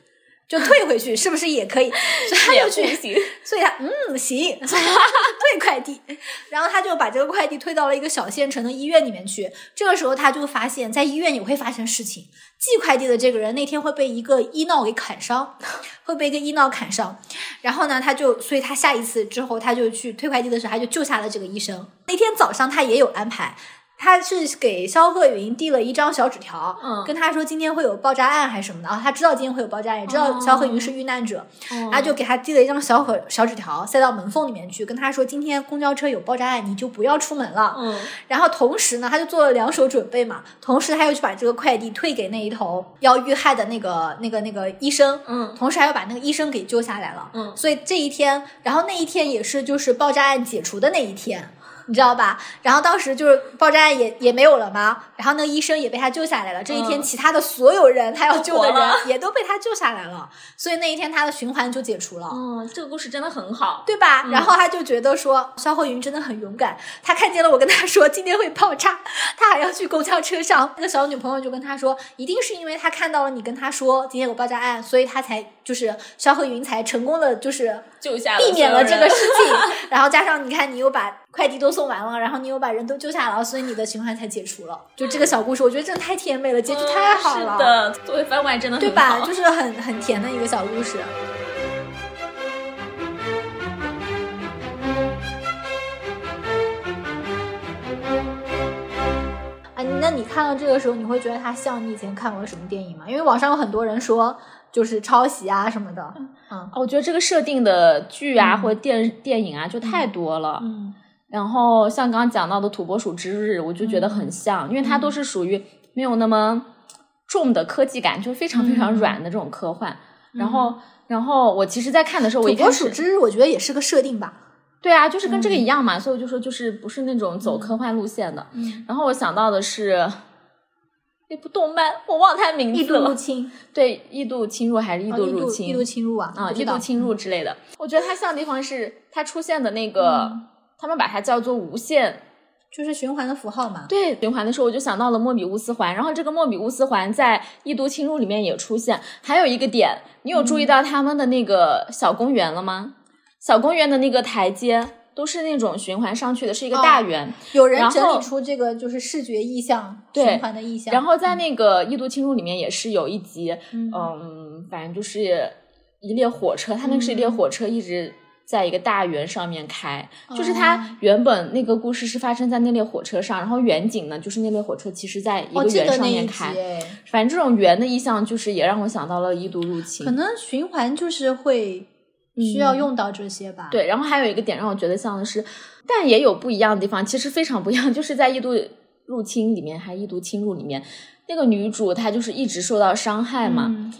Speaker 1: 就退回去，是不是也可以？所以 他
Speaker 2: 也
Speaker 1: 就
Speaker 2: 不
Speaker 1: 去，
Speaker 2: 行，
Speaker 1: 所以他嗯行， 所以他就退快递， 然后他就把这个快递推到了一个小县城的医院里面去。这个时候他就发现，在医院也会发生事情，寄快递的这个人那天会被一个医闹给砍伤，会被一个医闹砍伤。然后呢，他就，所以他下一次之后，他就去推快递的时候，他就救下了这个医生。那天早上他也有安排。他是给肖鹤云递了一张小纸条，
Speaker 2: 嗯
Speaker 1: 跟他说今天会有爆炸案还是什么的，啊然后他知道今天会有爆炸案，也知道肖鹤云是遇难者，
Speaker 2: 然
Speaker 1: 他就给他递了一张小盒小纸条，塞到门缝里面去，跟他说今天公交车有爆炸案，你就不要出门了。
Speaker 2: 嗯
Speaker 1: 然后同时呢，他就做了两手准备嘛，同时他又去把这个快递退给那一头要遇害的那个那个那个医生，
Speaker 2: 嗯
Speaker 1: 同时还要把那个医生给救下来了。
Speaker 2: 嗯
Speaker 1: 所以这一天，然后那一天也是就是爆炸案解除的那一天，你知道吧？然后当时就是爆炸案也也没有了嘛，然后那个医生也被他救下来了。这一天，
Speaker 2: 嗯
Speaker 1: 其他的所有人他要救的
Speaker 2: 都活了
Speaker 1: 人也都被他救下来了，所以那一天他的循环就解除了。
Speaker 2: 嗯，这个故事真的很好，
Speaker 1: 对吧？然后他就觉得说，肖鹤云真的很勇敢。他看见了我跟他说今天会爆炸，他还要去公交车上。那个小女朋友就跟他说，一定是因为他看到了你跟他说今天有爆炸案，所以他才就是肖鹤云才成功的就是
Speaker 2: 救下
Speaker 1: 避免
Speaker 2: 所有
Speaker 1: 了这
Speaker 2: 人
Speaker 1: 个事情。然后加上你看，你又把快递都送完了，然后你又把人都救下了，所以你的循环才解除了。就这个小故事，我觉得真的太甜美了，结局太好了。
Speaker 2: 嗯是的，作为番外真的
Speaker 1: 对
Speaker 2: 很
Speaker 1: 吧？
Speaker 2: 好
Speaker 1: 就是很很甜的一个小故事。啊，那你看到这个时候，你会觉得它像你以前看过的什么电影吗？因为网上有很多人说就是抄袭啊什么的。嗯
Speaker 2: 哦我觉得这个设定的剧啊，
Speaker 1: 嗯
Speaker 2: 或者电电影啊，就太多了。
Speaker 1: 嗯
Speaker 2: 然后像刚刚讲到的《土拨鼠之日》，我就觉得
Speaker 1: 嗯
Speaker 2: 很像，因为它都是属于没有那么重的科技感，就是非常非常
Speaker 1: 嗯
Speaker 2: 软的这种科幻。然后，然后我其实，在看的时候，我一
Speaker 1: 土
Speaker 2: 开
Speaker 1: 拨鼠
Speaker 2: 始
Speaker 1: 之嗯日，我觉得也是个设定吧。
Speaker 2: 对啊，就是跟这个一样嘛，所以我就说，就是不是那种走科幻路线的。
Speaker 1: 嗯，
Speaker 2: 然后我想到的是。那部动漫我忘了它名
Speaker 1: 异
Speaker 2: 字
Speaker 1: 度入
Speaker 2: 了，
Speaker 1: 侵，
Speaker 2: 对，异度侵入还是异
Speaker 1: 哦
Speaker 2: 度
Speaker 1: 异
Speaker 2: 入侵？
Speaker 1: 异度侵入啊，
Speaker 2: 啊，
Speaker 1: 不
Speaker 2: 异
Speaker 1: 知
Speaker 2: 度
Speaker 1: 道
Speaker 2: 侵入之类的。我觉得它像的地方是它出现的那个，
Speaker 1: 嗯
Speaker 2: 他们把它叫做无限
Speaker 1: 就是循环的符号嘛。
Speaker 2: 对循环的时候，我就想到了莫比乌斯环。然后这个莫比乌斯环在异度侵入里面也出现。还有一个点，你有注意
Speaker 1: 嗯
Speaker 2: 到他们的那个小公园了吗？小公园的那个台阶都是那种循环上去的，是一个大
Speaker 1: 哦
Speaker 2: 圆。
Speaker 1: 有人
Speaker 2: 然
Speaker 1: 整
Speaker 2: 后
Speaker 1: 理出这个就是视觉意象
Speaker 2: 对
Speaker 1: 循环的意象，
Speaker 2: 然后在那个异度侵入里面也是有一集，
Speaker 1: 嗯
Speaker 2: 嗯，反正就是一列火车，它那个是一
Speaker 1: 嗯
Speaker 2: 列火车一直在一个大圆上面开，就是
Speaker 1: 哦
Speaker 2: 它原本那个故事是发生在那列火车上，然后远景呢就是那列火车其实在一
Speaker 1: 哦，
Speaker 2: 个
Speaker 1: 这
Speaker 2: 圆
Speaker 1: 个
Speaker 2: 上
Speaker 1: 那一
Speaker 2: 面
Speaker 1: 集
Speaker 2: 开，
Speaker 1: 哎，
Speaker 2: 反正这种圆的意象就是也让我想到了异度入侵
Speaker 1: 可。能循环就是会需要用到这些吧。，
Speaker 2: 嗯对，然后还有一个点让我觉得像的是，但也有不一样的地方，其实非常不一样，就是在异度入侵里面，还异度侵入里面，那个女主她就是一直受到伤害嘛，
Speaker 1: 嗯，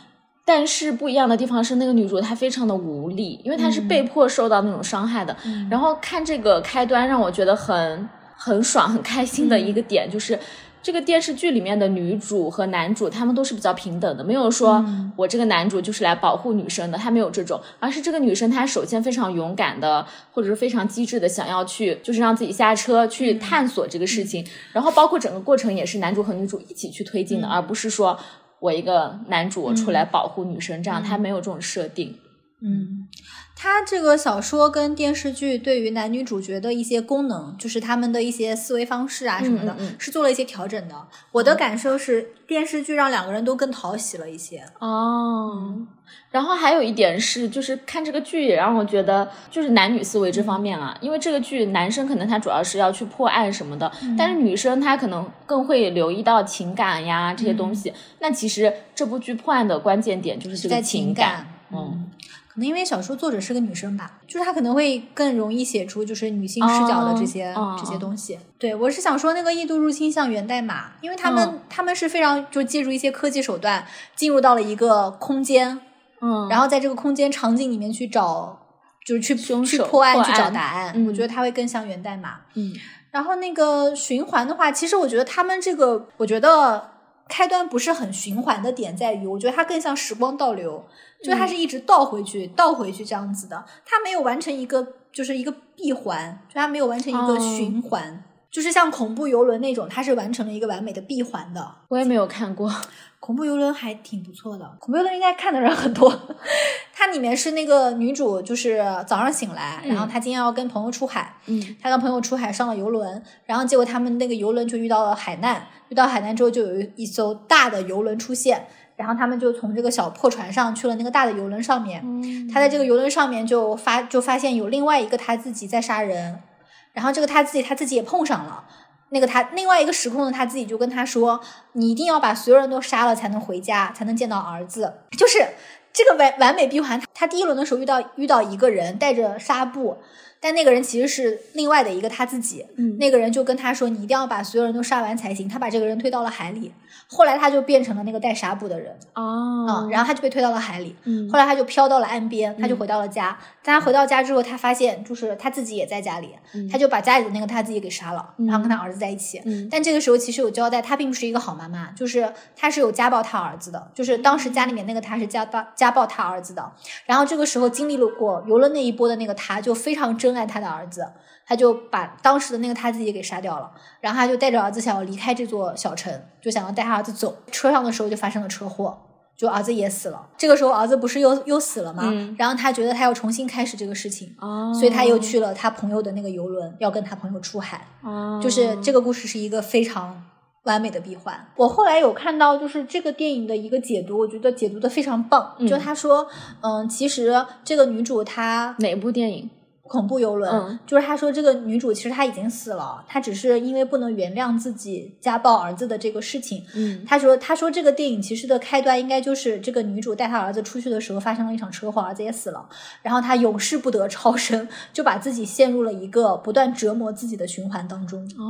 Speaker 2: 但是不一样的地方是，那个女主她非常的无力，因为她是
Speaker 1: 嗯
Speaker 2: 被迫受到那种伤害的。
Speaker 1: 嗯
Speaker 2: 然后看这个开端，让我觉得很很爽、很开心的一个点，就是这个电视剧里面的女主和男主他们都是比较平等的，没有说我这个男主就是来保护女生的，他没有这种，而是这个女生她首先非常勇敢的，或者是非常机智的想要去，就是让自己下车去探索这个事情，然后包括整个过程也是男主和女主一起去推进的，而不是说我一个男主我出来保护女生，这样他没有这种设定。
Speaker 1: 嗯，它这个小说跟电视剧对于男女主角的一些功能，就是他们的一些思维方式啊什么的，
Speaker 2: 嗯嗯嗯嗯
Speaker 1: 是做了一些调整的。我的感受是，电视剧让两个人都更讨喜了一些。
Speaker 2: 哦，然后还有一点是，就是看这个剧也让我觉得，就是男女思维这方面啊，因为这个剧男生可能他主要是要去破案什么的，但是女生她可能更会留意到情感呀这些东西。那其实这部剧破案的关键点就是这
Speaker 1: 在
Speaker 2: 个
Speaker 1: 情
Speaker 2: 感，
Speaker 1: 嗯，可能因为小说作者是个女生吧，就是她可能会更容易写出就是女性视角的这些、
Speaker 2: 哦哦
Speaker 1: 这些东西。对我是想说那个《异度入侵》像源代码，因为他们、
Speaker 2: 嗯
Speaker 1: 他们是非常就借助一些科技手段进入到了一个空间，
Speaker 2: 嗯，
Speaker 1: 然后在这个空间场景里面去找。就是去
Speaker 2: 凶
Speaker 1: 去
Speaker 2: 手
Speaker 1: 破案
Speaker 2: 破
Speaker 1: 去找
Speaker 2: 案
Speaker 1: 答案，
Speaker 2: 嗯
Speaker 1: 我觉得它会更像源代码。
Speaker 2: 嗯
Speaker 1: 然后那个循环的话，其实我觉得他们这个，我觉得开端不是很循环的点在于，我觉得它更像时光倒流，就
Speaker 2: 嗯
Speaker 1: 它是一直倒回去、倒回去这样子的，它没有完成一个就是一个闭环，就它没有完成一个
Speaker 2: 哦
Speaker 1: 循环。就是像恐怖游轮那种，它是完成了一个完美的闭环的。
Speaker 2: 我也没有看过，
Speaker 1: 恐怖游轮还挺不错的，恐怖游轮应该看的人很多。 它里面是那个女主，就是早上醒来，然后
Speaker 2: 嗯
Speaker 1: 她今天要跟朋友出海，
Speaker 2: 嗯
Speaker 1: 他跟朋友出海上了游轮，然后结果他们那个游轮就遇到了海难，遇到海难之后就有一一艘大的游轮出现，然后他们就从这个小破船上去了那个大的游轮上面，
Speaker 2: 嗯
Speaker 1: 他在这个游轮上面就发就发现有另外一个他自己在杀人，然后这个他自己他自己也碰上了。那个他另外一个时空的他自己就跟他说：“你一定要把所有人都杀了，才能回家，才能见到儿子。”就是这个完完美闭环。他第一轮的时候遇到遇到一个人带着纱布，但那个人其实是另外的一个他自己。
Speaker 2: 嗯
Speaker 1: 那个人就跟他说：“你一定要把所有人都杀完才行。”他把这个人推到了海里，后来他就变成了那个带纱布的人啊、
Speaker 2: 哦，
Speaker 1: 然后他就被推到了海里。
Speaker 2: 嗯
Speaker 1: 后来他就飘到了岸边，他就回到了家。但他回到家之后，他发现就是他自己也在家里，
Speaker 2: 嗯
Speaker 1: 他就把家里的那个他自己给杀了，然后跟他儿子在一起。
Speaker 2: 嗯
Speaker 1: 但这个时候其实有交代，她并不是一个好妈妈，就是她是有家暴她儿子的，就是当时家里面那个她是家暴家暴她儿子的。然后这个时候经历了过游轮那一波的那个她，就非常珍爱她的儿子，她就把当时的那个她自己给杀掉了，然后她就带着儿子想要离开这座小城，就想要带她儿子走。车上的时候就发生了车祸。就儿子也死了，这个时候儿子不是又又死了吗？
Speaker 2: 嗯
Speaker 1: 然后她觉得她要重新开始这个事情，
Speaker 2: 哦，
Speaker 1: 所以她又去了她朋友的那个游轮，要跟她朋友出海。
Speaker 2: 哦，
Speaker 1: 就是这个故事是一个非常完美的闭环。我后来有看到，就是这个电影的一个解读，我觉得解读的非常棒。
Speaker 2: 嗯
Speaker 1: 就他说，嗯，其实这个女主她
Speaker 2: 哪部电影？
Speaker 1: 恐怖游轮，
Speaker 2: 嗯
Speaker 1: 就是他说这个女主其实她已经死了，她只是因为不能原谅自己家暴儿子的这个事情。
Speaker 2: 嗯
Speaker 1: 他说：“他说这个电影其实的开端应该就是这个女主带她儿子出去的时候发生了一场车祸，儿子也死了，然后她永世不得超生，就把自己陷入了一个不断折磨自己的循环当中。
Speaker 2: 哦，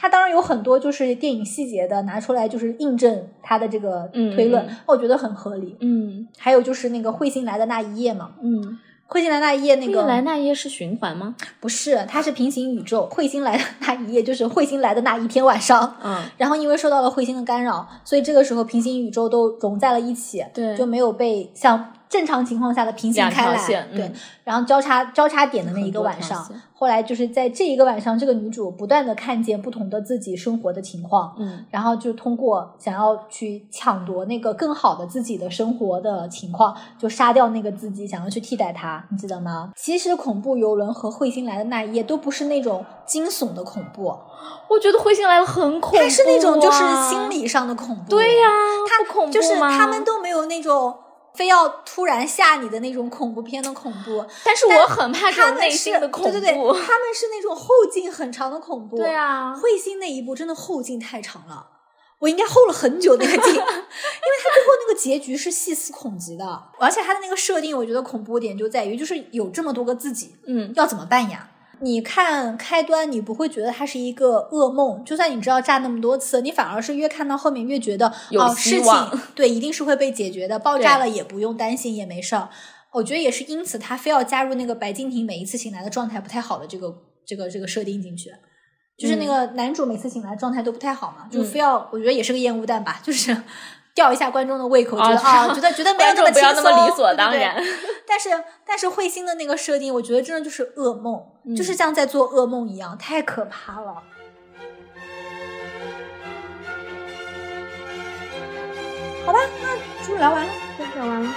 Speaker 1: 它当然有很多就是电影细节的拿出来，就是印证它的这个推论，
Speaker 2: 嗯嗯
Speaker 1: 我觉得很合理。
Speaker 2: 嗯
Speaker 1: 还有就是那个彗星来的那一夜嘛，
Speaker 2: 嗯，
Speaker 1: 彗星来那一夜那
Speaker 2: 那个莱
Speaker 1: 个
Speaker 2: 那夜是循环吗？
Speaker 1: 不是，它是平行宇宙，彗星来的那一夜就是彗星来的那一天晚上。
Speaker 2: 嗯，
Speaker 1: 然后因为受到了彗星的干扰，所以这个时候平行宇宙都融在了一起，
Speaker 2: 对
Speaker 1: 就没有被像正常情况下的平行
Speaker 2: 两
Speaker 1: 开
Speaker 2: 条
Speaker 1: 来，
Speaker 2: 线
Speaker 1: 对
Speaker 2: 嗯，
Speaker 1: 然后交叉交叉点的那一
Speaker 2: 很
Speaker 1: 个
Speaker 2: 多
Speaker 1: 晚
Speaker 2: 条
Speaker 1: 上
Speaker 2: 线，
Speaker 1: 后来就是在这一个晚上，这个女主不断的看见不同的自己生活的情况，
Speaker 2: 嗯
Speaker 1: 然后就通过想要去抢夺那个更好的自己的生活的情况，就杀掉那个自己，想要去替代他，你记得吗？其实恐怖游轮和彗星来的那一夜都不是那种惊悚的恐怖，
Speaker 2: 我觉得彗星来了很恐怖、啊，啊
Speaker 1: 它是那种就是心理上的恐怖。
Speaker 2: 对呀、、
Speaker 1: 它
Speaker 2: 不恐怖
Speaker 1: 就是
Speaker 2: 吗
Speaker 1: 他们，都没有那种非要突然吓你的那种恐怖片的恐怖。
Speaker 2: 但是我很怕这
Speaker 1: 他
Speaker 2: 种内
Speaker 1: 们是
Speaker 2: 心的恐怖。
Speaker 1: 对对对， 他们是那种后劲很长的恐怖。
Speaker 2: 对啊
Speaker 1: 彗星那一部真的后劲太长了，我应该后了很久那个劲，因为它最后那个结局是细思恐极的，而且它的那个设定，我觉得恐怖点就在于，就是有这么多个自己，
Speaker 2: 嗯
Speaker 1: 要怎么办呀？你看开端，你不会觉得它是一个噩梦，就算你知道炸那么多次，你反而是越看到后面越觉得
Speaker 2: 有
Speaker 1: 哦，
Speaker 2: 希
Speaker 1: 事
Speaker 2: 望
Speaker 1: 情对一定是会被解决的，爆炸了也不用担心，也没事儿。我觉得也是因此，他非要加入那个白敬亭每一次醒来的状态不太好的这个这个这个设定进去，就是
Speaker 2: 嗯
Speaker 1: 那个男主每次醒来状态都不太好嘛，就非要我觉得也是个烟雾弹吧，就是 吊一下观众的胃口，觉得啊，觉得觉得没有
Speaker 2: 哦观
Speaker 1: 那
Speaker 2: 众
Speaker 1: 么
Speaker 2: 不
Speaker 1: 轻
Speaker 2: 要那
Speaker 1: 松，
Speaker 2: 么理所
Speaker 1: 对对
Speaker 2: 当
Speaker 1: 对
Speaker 2: 然。
Speaker 1: 但是但是彗星的那个设定，我觉得真的就是噩梦，就是像在做噩梦一样，太可怕了。好吧，那是不是聊完了？
Speaker 2: 分享完了。